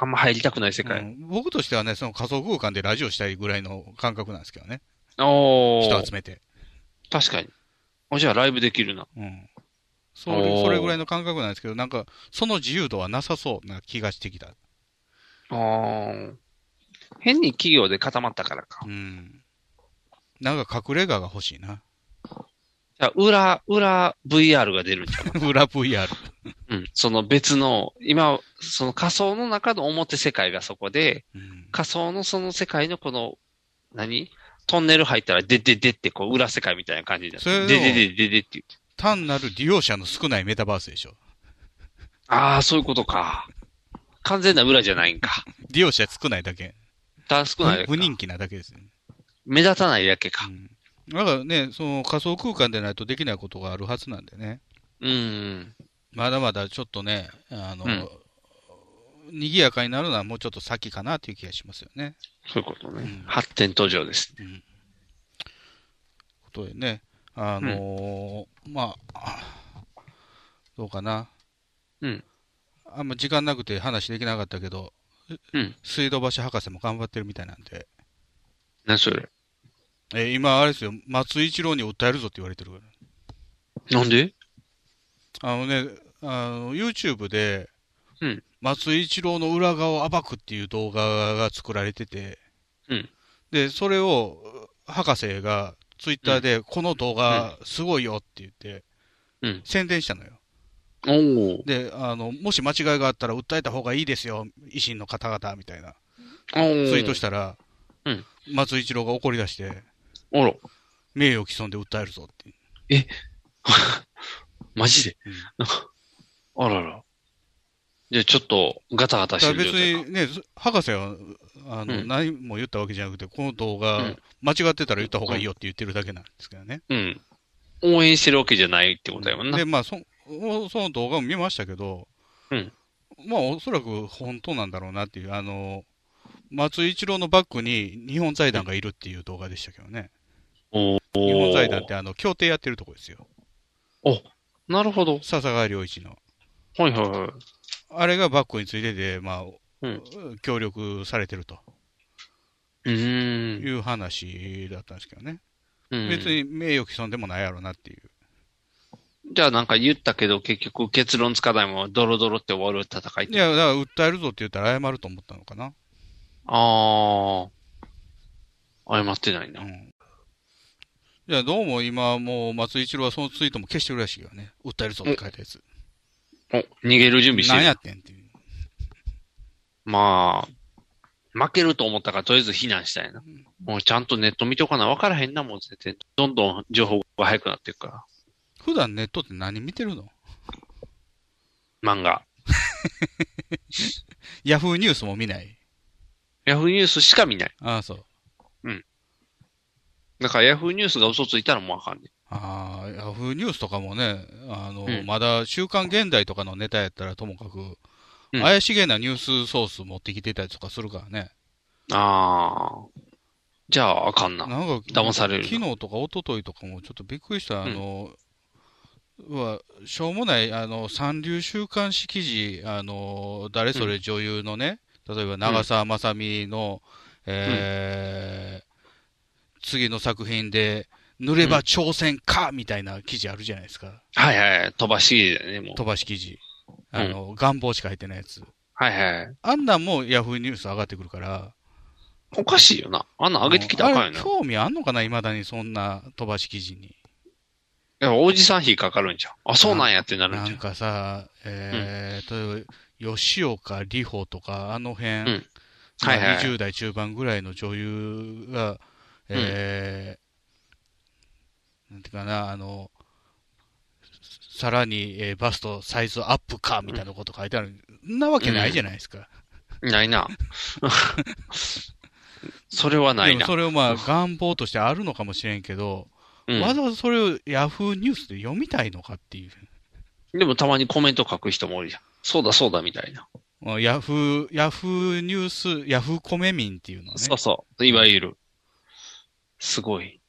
あんま入りたくない世界。
うん僕としてはね、その仮想空間でラジオしたいぐらいの感覚なんですけどね。
おお。
人集めて。
確かに。あじゃあライブできるな。
うん。それ、
おー
それぐらいの感覚なんですけど、なんか、その自由度はなさそうな気がしてきた。
あー変に企業で固まったからか
う。ん。なんか隠れ家が欲しい な。
じゃあ裏、裏 VR が出るんちゃう
裏 VR。
うん。その別の、今、その仮想の中の表世界がそこで、
うん。
仮想のその世界のこの、何トンネル入ったら、でででって、こう、裏世界みたいな感じにな
それ
る。
で
でで
も
でででって言って。
単なる利用者の少ないメタバースでしょ。
ああ、そういうことか。完全な裏じゃないんか。
利用者少ないだけ。
だ少ないだけか
不人気なだけですよね。
目立たないだけか。
だからね、その仮想空間でないとできないことがあるはずなんでね。
うん。
まだまだちょっとね、あの、
うん
賑やかになるのはもうちょっと先かなという気がしますよね。
そういうことね。
うん
発展途上です。
ことでね、あのーまあ、どうかな。
うん。
あんま時間なくて話できなかったけど、
うん。
水道橋博士も頑張ってるみたいなんで、
何それ。
えー今、あれですよ、松井一郎に訴えるぞって言われてるから。
なんで
あのね、あの、YouTube で、
うん
松井一郎の裏側を暴くっていう動画が作られてて、
うん
で、それを、博士が、ツイッターで、この動画、すごいよって言って、
うん
宣伝したのよ。
おお。
で、あの、もし間違いがあったら訴えた方がいいですよ、維新の方々、みたいな、
おお。
ツイートしたら、
うん
松井一郎が怒り出して、
あら。
名誉毀損で訴えるぞって。
マジで。あらら。じゃあちょっとガタガタ
だ
し
か
て
ら
る
別
状態か。
にね、博士はあの、
うん
何も言ったわけじゃなくて、この動
う
画
ん、
間違ってたら言った方がいいよって言ってるだけなんですけどね。
うん。応援してるわけじゃないってことやもんな。
で、まあそ、その動画も見ましたけど、
うん
まあ、おそらく本当なんだろうなっていう、あの、松井一郎のバックに日本財団がいるっていう動画でしたけどね。
おお。
日本財団って、あの、協定やってるとこですよ。
なるほど。
笹川良一の。
はいはいはい。
あれがバックについてて、まあ、
うん
協力されてると
うー
い
ん。
う話だったんですけどね。
うん
別に名誉毀損でもないやろなっていう。
じゃあなんか言ったけど結局結論つかないままドロドロって終わる戦いっ
い
て。
や、だから訴えるぞって言ったら謝ると思ったのかな。
ああ。謝ってないな。
うん。いや、どうも今、もう松井一郎はそのツイートも消してるらしいよね。訴えるぞって書いたやつ。
お、逃げる準備して
なん
る。
やってんっていう。
まあ、負けると思ったからとりあえず避難したいな。もうちゃんとネット見とかな。わからへんな、もう絶対。どんどん情報が早くなっていくか
普段ネットって何見てるの
ら。漫画。
ヤフーニュースも見ない。
ヤフーニュースしか見ない。
ああ、そう。
だからヤフーニュースが嘘ついたらもうあかんね。
ああ、ヤフーニュースとかもね、あの、
うん
まだ週刊現代とかのネタやったらともかく、
うん
怪しげなニュースソース持ってきてたりとかするからね。
ああ。じゃああかんな。
なんか、
騙されるな
昨日とか一昨日とかもちょっとびっくりした、あの、はしょうもない、あの、三流週刊誌記事、あの、誰それ女優のね、例えば長澤まさみの、えー次の作品で、塗れば挑戦かみたいな記事あるじゃないですか。
はいはい。飛ばしだよね、もう。
飛ばし記事。あの、願望しか入ってないやつ。
はいはい。
あんなんもヤフーニュース上がってくるから。
おかしいよな。あんなん上げてきたらあかんよ
あ
な。
れ
い
興味あんのかな未だにそんな飛ばし記事に。
や、おじさん引っかかるんじゃん。あ、そうなんやってなるん
な
じゃ
ん
ん。
かさ、えー例えば、吉岡里帆とか、あの辺、
ん
ま
は
あ
いはい
20代中盤ぐらいの女優が、えーなんていうかな、あの、さらに、えーバストサイズアップか、みたいなこと書いてある。ん、なわけないじゃないですか。
ない な。それはな
で
い
も
な。
それをまあ、願望としてあるのかもしれんけど、
うん
わざわざそれを Yahoo ニュースで読みたいのかっていう。
でもたまにコメント書く人もおるやん。そうだそうだみたいな。
まあヤフー、ヤフーニュース、ヤフーコメ民っていうのはね。
そうそう。いわゆる。すごい。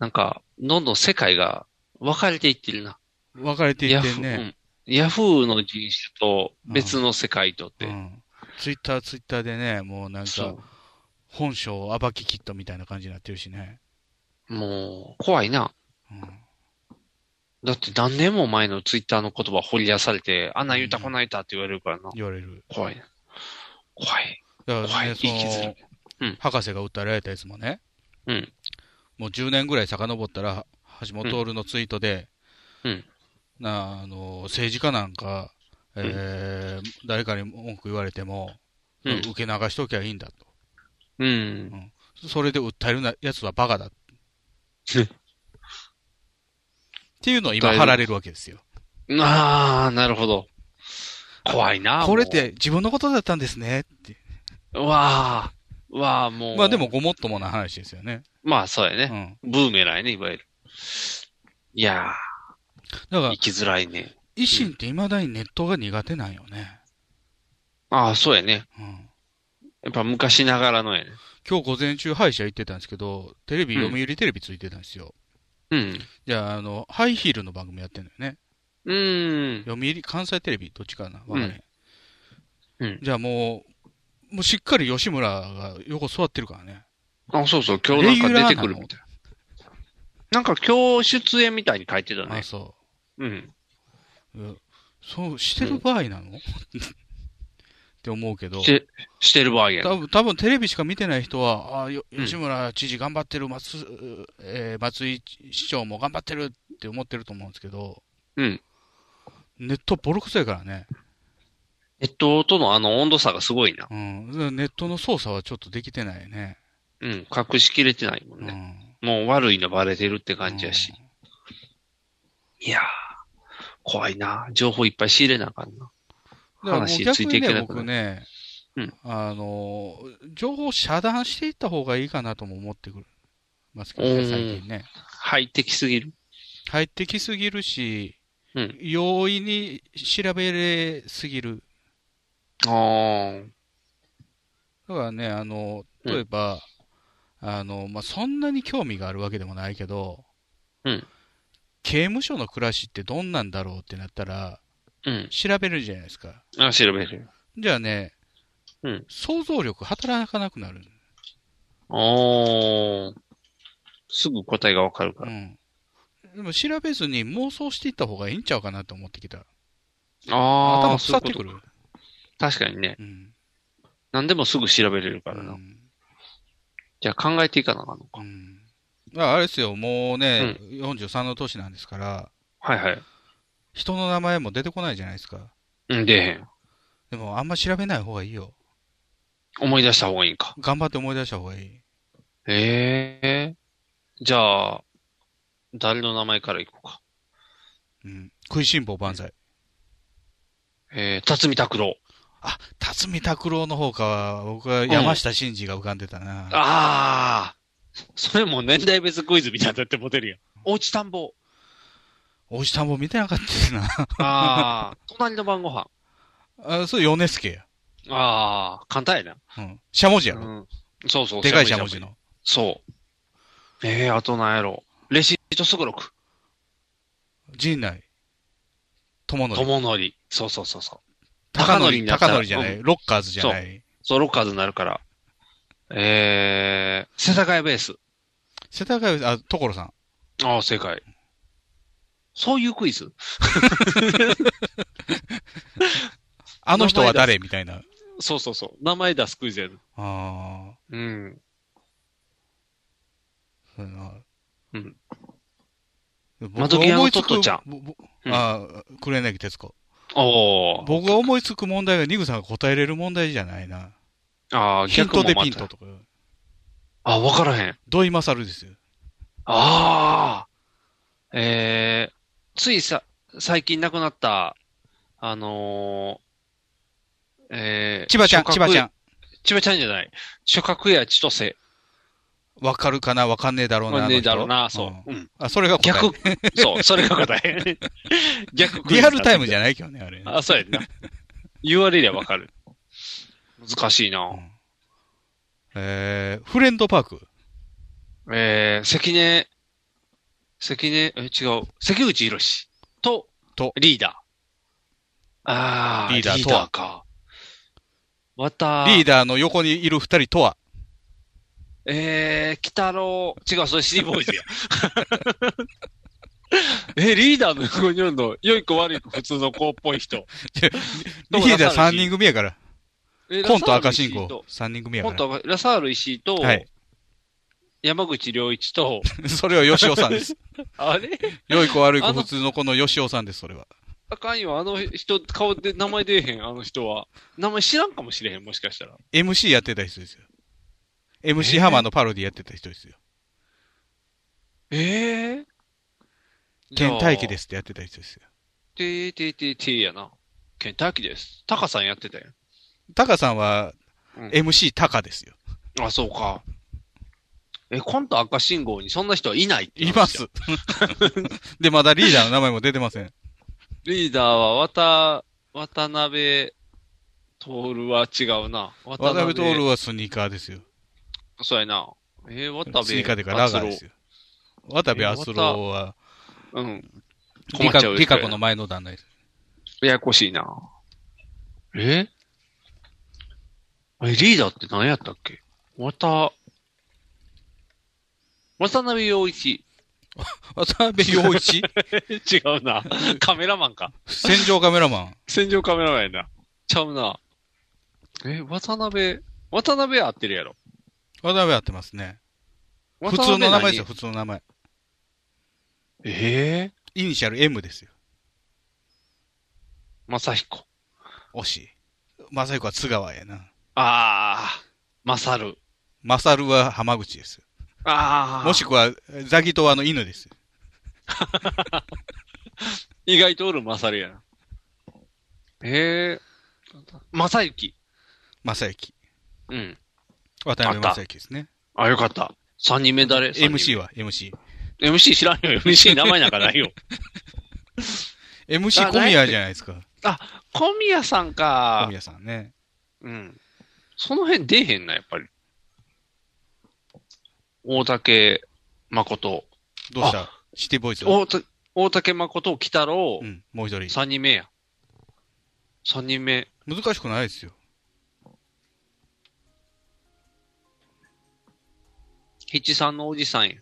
なんか、どんどん世界が分かれていってるな。
分かれてい
ヤ
っ
フ
て
ー、う
ね。
んヤフーの人種と別の世界とって。
うん。ツイッター、ツイッターでね、もうなん
そ
か、本性を暴ききっとみたいな感じになってるしね。
う。もう、怖いな。
うん
だって何年も前のツイッターの言葉掘り出されて、あんなん言うたこないたって言われるからな。
言われる。
怖いな。怖い。
だから
怖い
ね、そ
生きづら
の
い、うん
博士が訴えられたやつもね、
うん。
もう10年ぐらい遡ったら、橋本徹のツイートで、
うん
なあの政治家なんか、えー誰かに文句言われても、
うん
受け流しときゃいいんだ
うん。
と。それで訴えるなやつは バカだ。っ
え
ていうのを今、
訴える
貼られるわけですよ。
ああ、なるほど。怖いな。
これって自分のことだったんですねって。
もう。うわあ。うわあ、もう。
まあでも、ごもっともな話ですよね。
まあ、そうや
う
ね。
ん。
ブーメランやね、いわゆる。いや
だか
ー、
ら
生、きづらいね。
維新って未だにネットが苦手なんよね。
ああ、そうやね。
うん。
やっぱ昔ながらのやね。
今日午前中、歯医者行ってたんですけど、テレビ、読売テレビついてたんですよ。
うん。
じゃあ、あの、ハイヒールの番組やってんのよね。
うーん。
読売、関西テレビ、どっちかなわかんない。
うん
じゃあもう、もうしっかり吉村が横座ってるからね。
あ、そうそう、今日なんか出てくるみたいな。なんか今日出演みたいに書いてた
あ、
ね。
そ
うん。
う。いやそう、してる場合なの、って思うけど
し。て、してる場合やね
多。分多分テレビしか見てない人は、あよ
うん
吉村知事頑張ってる、松,、えー松井市長も頑張ってるって思ってると思うんですけど、
うん
ネットボロクソやからね、
ネットとのあの温度差がすごいな。
うん、ネットの操作はちょっとできてないね。
うん。隠しきれてないもんね。もう悪いのバレてるって感じやし。いやー、怖いな。情報いっぱい仕入れなあかんな。
うん、だからもう
話
逆
ついて
に
いけ
ね、
なくな
僕
る
ね、
うん
あのー情報を遮断していった方がいいかなとも思ってくるますけど
う
ね、
ん
最近ね。
入ってきすぎる。
入ってきすぎるし、
うん
容易に調べれすぎる。
あー。
だからね、あの、
うん
例えば、あの、まあ、そんなに興味があるわけでもないけど、
うん
刑務所の暮らしってどんなんだろうってなったら、
うん。
調べるじゃないですか。
あ、調べる。
じゃあね、
うん
想像力働かなくなる。
おー。すぐ答えがわかるか
う
ら。
ん。でも調べずに妄想していった方がいいんちゃうかなと思ってきた。
あ
頭
ー、そう
腐
い
っ
うこと
てくる。
確かにね。
うん。
何でもすぐ調べれる
う
からな。
ん
じゃあ考えていかなあかんの
う
か。
ん。だからあれですよ、もうね、43の年なんですから、
はいはい。
人の名前も出てこないじゃないですか。
うん、出えへん。
でも、あんま調べない方がいいよ。
思い出した方がいいんか。
頑張って思い出した方がいい。
ええじゃあ、誰の名前からいこうか。
うん。食いしん坊万歳。
えー、辰巳拓郎。
あ、辰巳拓郎の方かは、僕は山下真司が浮かんでたな。
ああそれもう年代別クイズみたいになってモテるやん。おうち田んぼ。
おじさんも見てなかったな。
ああ 隣の晩ご飯。
あ、そう、ヨネスケや。
ああ簡単や
うん。しゃもじや
な。
ろ。
うん。そうそう。
でかいし
し
ゃ
ゃ
も
も
じ
じ。
の。
そう。ええあとなんやろ。レシートすごろく。
陣内。友
と
則。
ものり。そうそうそうそう。
高
則
則。
になった
高則じゃない。
う
ロッカーズじゃない。
そう、ロッカーズになるから。ええ世田谷ベース。
世田谷、あ、所さん。
ああ、正解。そういうクイズ
あの人は誰みたいな。
そうそうそう。名前出すクイズやな。
あ
うん。
あ。そうやな。
うん。
僕
窓際
思
の
いつ
ト
く
ットちゃん。
ぼぼ
うん
ああ、黒柳徹子。
おー。
僕が思いつく問題がニグさんが答えれる問題じゃないな。
ああ、
ヒン
逆
ト
も
で
ま
ピン
た
トとか。
あ、わからへん。
土井勝ですよ。
ああ。えー、ついさ、最近亡くなった、あのー、えー、
千葉ちゃん、
諸
千
角
葉ちゃん。
千葉ちゃんじゃない。諸角谷千歳。
わかるかな、わかんねえだろうな。
わかんねえだろうな
あの人
そううん
あ、それが答え
逆、そう、それが答え。 逆クイズ
リ
だ
ア
った
ルタイムじゃないけどね、あれ。
あ、そうやんな。言われりゃわかる。難しいな。
えー、フレンドパーク。
えー、関根、関根、え、違う。関口博士と、
と、
リーダー。あー、
リーダーと
ダ
は
ーか。わた、
リーダーの横にいる二人とは、
えー、北郎、違う、それシティボーイ ズや。え、リーダーの横におるの、良い子悪い子、普通の子っぽい人。
リーダー三人組やから。
え
コン
ラサ
ト
ール
赤信
石井
号
と
三人組や
コ
か
ン
ら。
ト赤、ラサール石井と、
はい
山口良一と、
それは吉尾さ んです。
あれ
良い子悪い
あ
子
の
普通の子の吉尾さんです、それは。
あかんよ、あの人、顔で名前出えへん、あの人は。名前知らんかもしれへん、もしかしたら。
MC やってた人ですよ。MC ハマーのパロディやってた人ですよ。
ええー。。
ケンタイキですすってやってた人ですよ。
てーてーてーてーやな。ケンタイキです。タカさんやってたよ。
タカさんは
うん
MC タカですよ。
あ、そうか。え、コント赤信号にそんな人はいないって言
い
うん
ま
です
す
よ。。
で、まだリーダーの名前も出てません。
リーダーは、わた、渡辺徹は違うな。 渡
渡辺徹はスニーカーですよ。
そうやな。えー、渡辺。
スニーカーでからラガーですよ。渡部
えー
篤郎は、
達郎うん。
リ
困っ
カ
ちゃう
リカ子の前の旦那です。
ややこしいな。ええ、リーダーって何やったっけまた、渡辺陽一。
渡辺 陽一
違う な。カメラマンか。
戦場カメラマン。
戦場カメラマンやな。ちゃうな。え、渡辺、渡辺合ってるやろ。
渡辺合ってますね。
渡
普
辺
通の名前
何
ですよ、普通の名前。
ええ
イニシャル M ですよ。
まさひこ。
惜しい。まさゆは津川やな。
あー、まさる。
まさるは浜口ですよ。
あー。
もしくは、ザギトワの犬ですよ。
意外とおるまさるやな。ええまさゆき。
まさゆき。
うん。
渡辺まさゆきですね。
あ、よかった。三人目誰
MC は MC。
は。MC 知らん よ。MC 名前なんかないよ。
MC 小宮じゃないですか。
あ、 小宮さん
小
か。
宮さんね。
うん。その辺出えへんな、やっぱり。大竹誠。
どうしたシティボーイズ。
大竹大竹誠、鬼太郎
う、ん、もう一人。
三人目や。三人目。
難しくないですよ。
七三のおじさんや。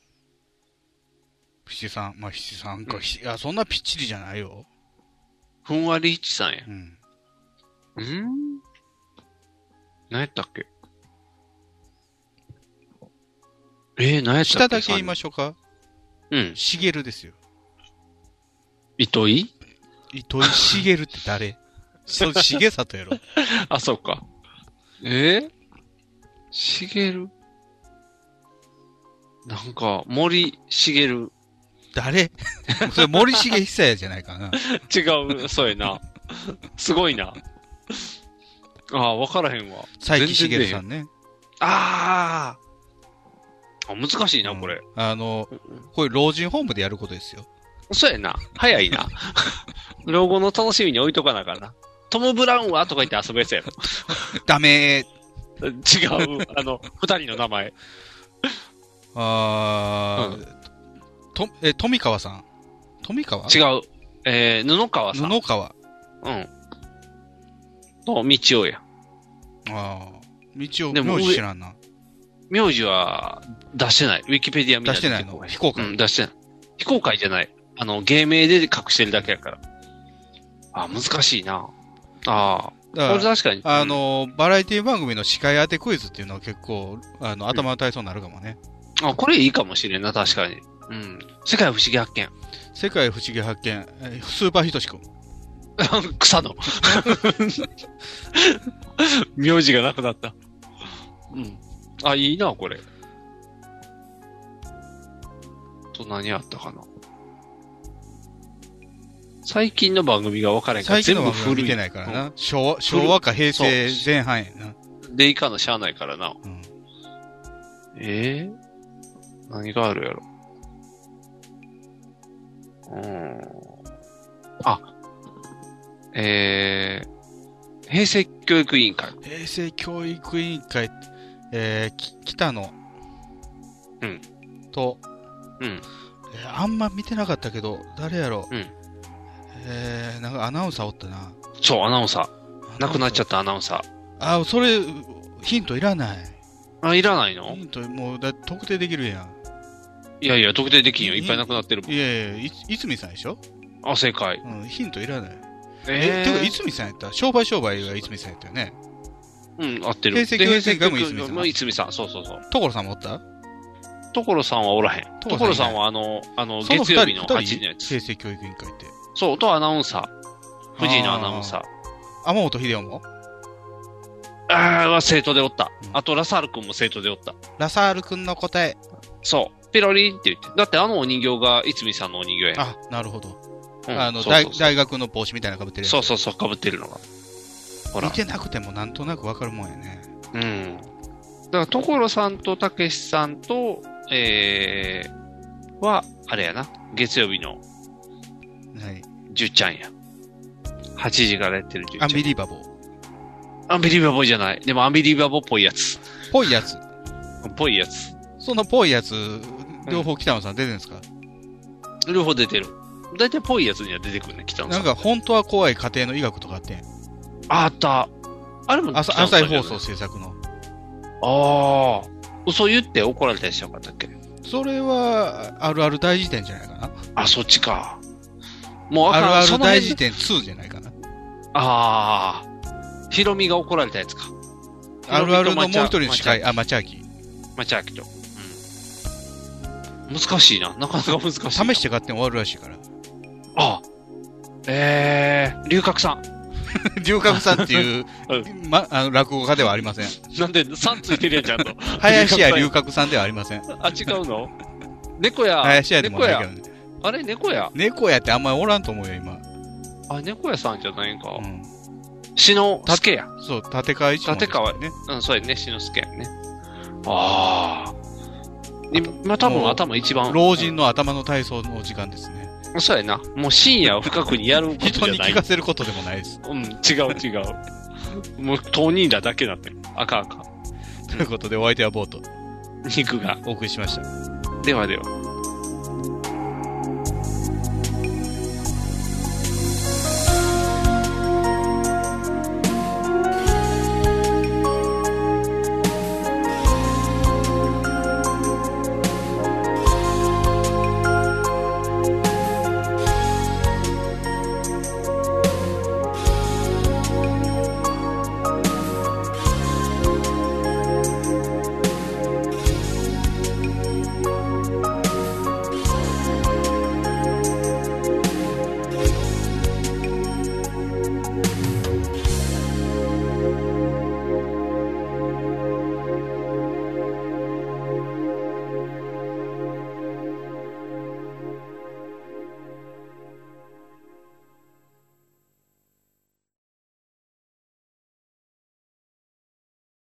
七三、まあ七三か、
うん
七いや、そんなぴっちりじゃないよ。
ふんわり一さんや
う。ん。
うん何やったっけえー、何やったっけ
下だけ言いましょうか。
うん。
しげるですよ。
糸井
糸井しげるって 誰そしげさとやろ。
あ、そうか。えー、しげるなんか、森しげる。
誰それ森重久也じゃないかな。
違う、そうやな。すごいな。あーわからへんわ。
佐伯しげるさんね。
あーあ難しいな、これ。
うんあの、こういう老人ホームでやることですよ。
そうやな。早いな。 老後の楽しみに置いとかなあかんな。トム・ブラウンはとか言って遊ぶやつやろ。
ダメー。
違う、あの、二人の名前。
あー、と、え、富川さん。富川
違う。えー、布川さん。
布川。
うん。の道夫や。
あー。道を、
でも
名字知らんな。
名字は出してない。ウィキペディア見たら
出してないの
結構
非公開
うん、出してない。非公開じゃない。あの、芸名で隠してるだけやから。あ、難しいな。ああ。
だ
こ
か
れ
ら、
確かに。
あの、バラエティ番組の司会当てクイズっていうのは結構、あの、頭の体操になるかもね。
うん、あ、これいいかもしれんな、確かに。うん。世界不思議発見。
世界不思議発見、えースーパーひとしくん。
草野。名字がなくなった。うん。あ、いいな、これ。と何あったかな。最近の番組が分からへんから、
最近
全
の
部
番組
古
見
い。
てないからな。昭和、昭和か平成前半やな。
うん。で、以下のしゃあないからな。
うん
ええ何があるやろ。うーん。あ、えー、平成教育委員会。
平成教育委員会、えー、き北野
うん。
と、
うん。
えーあんま見てなかったけど、誰やろ
うん
えー、なんかアナウンサーおったな。
そう、アナウンサー。亡くなっちゃったアナウンサー。
あ、それ、ヒントいらない。
あ、いらないの
ヒント、もうだ特定できるやん。
いやいや、特定できんよ。いっぱい亡くなってるもん。
いやいや、い泉さんでしょ、
あ、正解。
うん、ヒントいらない。
え
えて
ー
か、泉さんやった商売商売が泉さんやったよね。
うん、合ってる。
平成
で
教育委員会も
平成教育委員会も
い
いつみさん。そうそうそう。
所さんもおった
所さんはおらへん。
所さんいない
所さんはあの、あの、
その
月曜日の
二人
8
二人
時のやつ。
平成教育委員会って。
そう、とアナウンサー。藤井のアナウンサー。
天本秀夫も
ああは生徒でおった。あと、ラサール君も生徒でおった。
ラサール君の答え。
そう。ピロリンって言って。だってあのお人形が、いつみさんのお人形やん。
あ、なるほど。
うん
あの
そうそうそう
大、大学の帽子みたいなの被ってるやつ
そうそうそう、被ってるのが。ほら
見。てなくてもなんとなくわかるもんやね。
うん。だから、所さんとたけしさんと、えー、は、あれやな。月曜日の
はい。
じゅっちゃんや。8時からやってるじゅっちゃ
ア
ん
ン。ビリバボー。
アンビリバボーじゃない。でもアンビリバボーっぽいやつ。
ぽいやつ。
っぽいやつ。
そのぽいやつ、両方北野さん出てるんですか、
両方出てる。大体ぽいやつには出てくるね、北野さ
なん
ん。
か、本当は怖い家庭の医学とかあってん。
ああった。あれも
朝、
北野さ
朝
ん
日
じゃない
放送。制作の。
ああ。嘘言って怒られたりしなかったっけ
それは、あるある大辞典じゃないかな
あ、そっちか。もう
あ
かん
るあ
そ
る
の辺
大辞典2じゃないかな
ああ。ヒロミが怒られたやつか。
あるあるのもう一人の
の
司会、あ、マチャーキ
マチャキと。うん。難しいな。なかなか難しいな。
試して買って終わるらし いから。
ああ。ええー、龍角さん。
龍角さんっていう
う、
ま、あの、落語家ではありません。
なんで、さんついてるやん、ちゃんと。
林家龍角さんではありません。
あ、違うの猫や。
林家でも
猫
ないけ
や
ど。ね。
あれ、猫や。
猫やってあんまりおらんと思うよ、今。
あ、猫屋さんじゃないんか
う。ん。
篠助や。
そう、立川一門です
立川
ね。
うん、そうやね。篠助やね。ああ。今多分頭一番。
老人の頭の体操のお時間ですね。
うん。そうやな。もう深夜を深くにやることじ
人
ゃ
に
ない
聞。かせることでもないです。
うん、違う違う。もう当人らだけだってる。あかんあかん。
ということで、お相手はボート、
肉が。
お送りしました。
ではでは。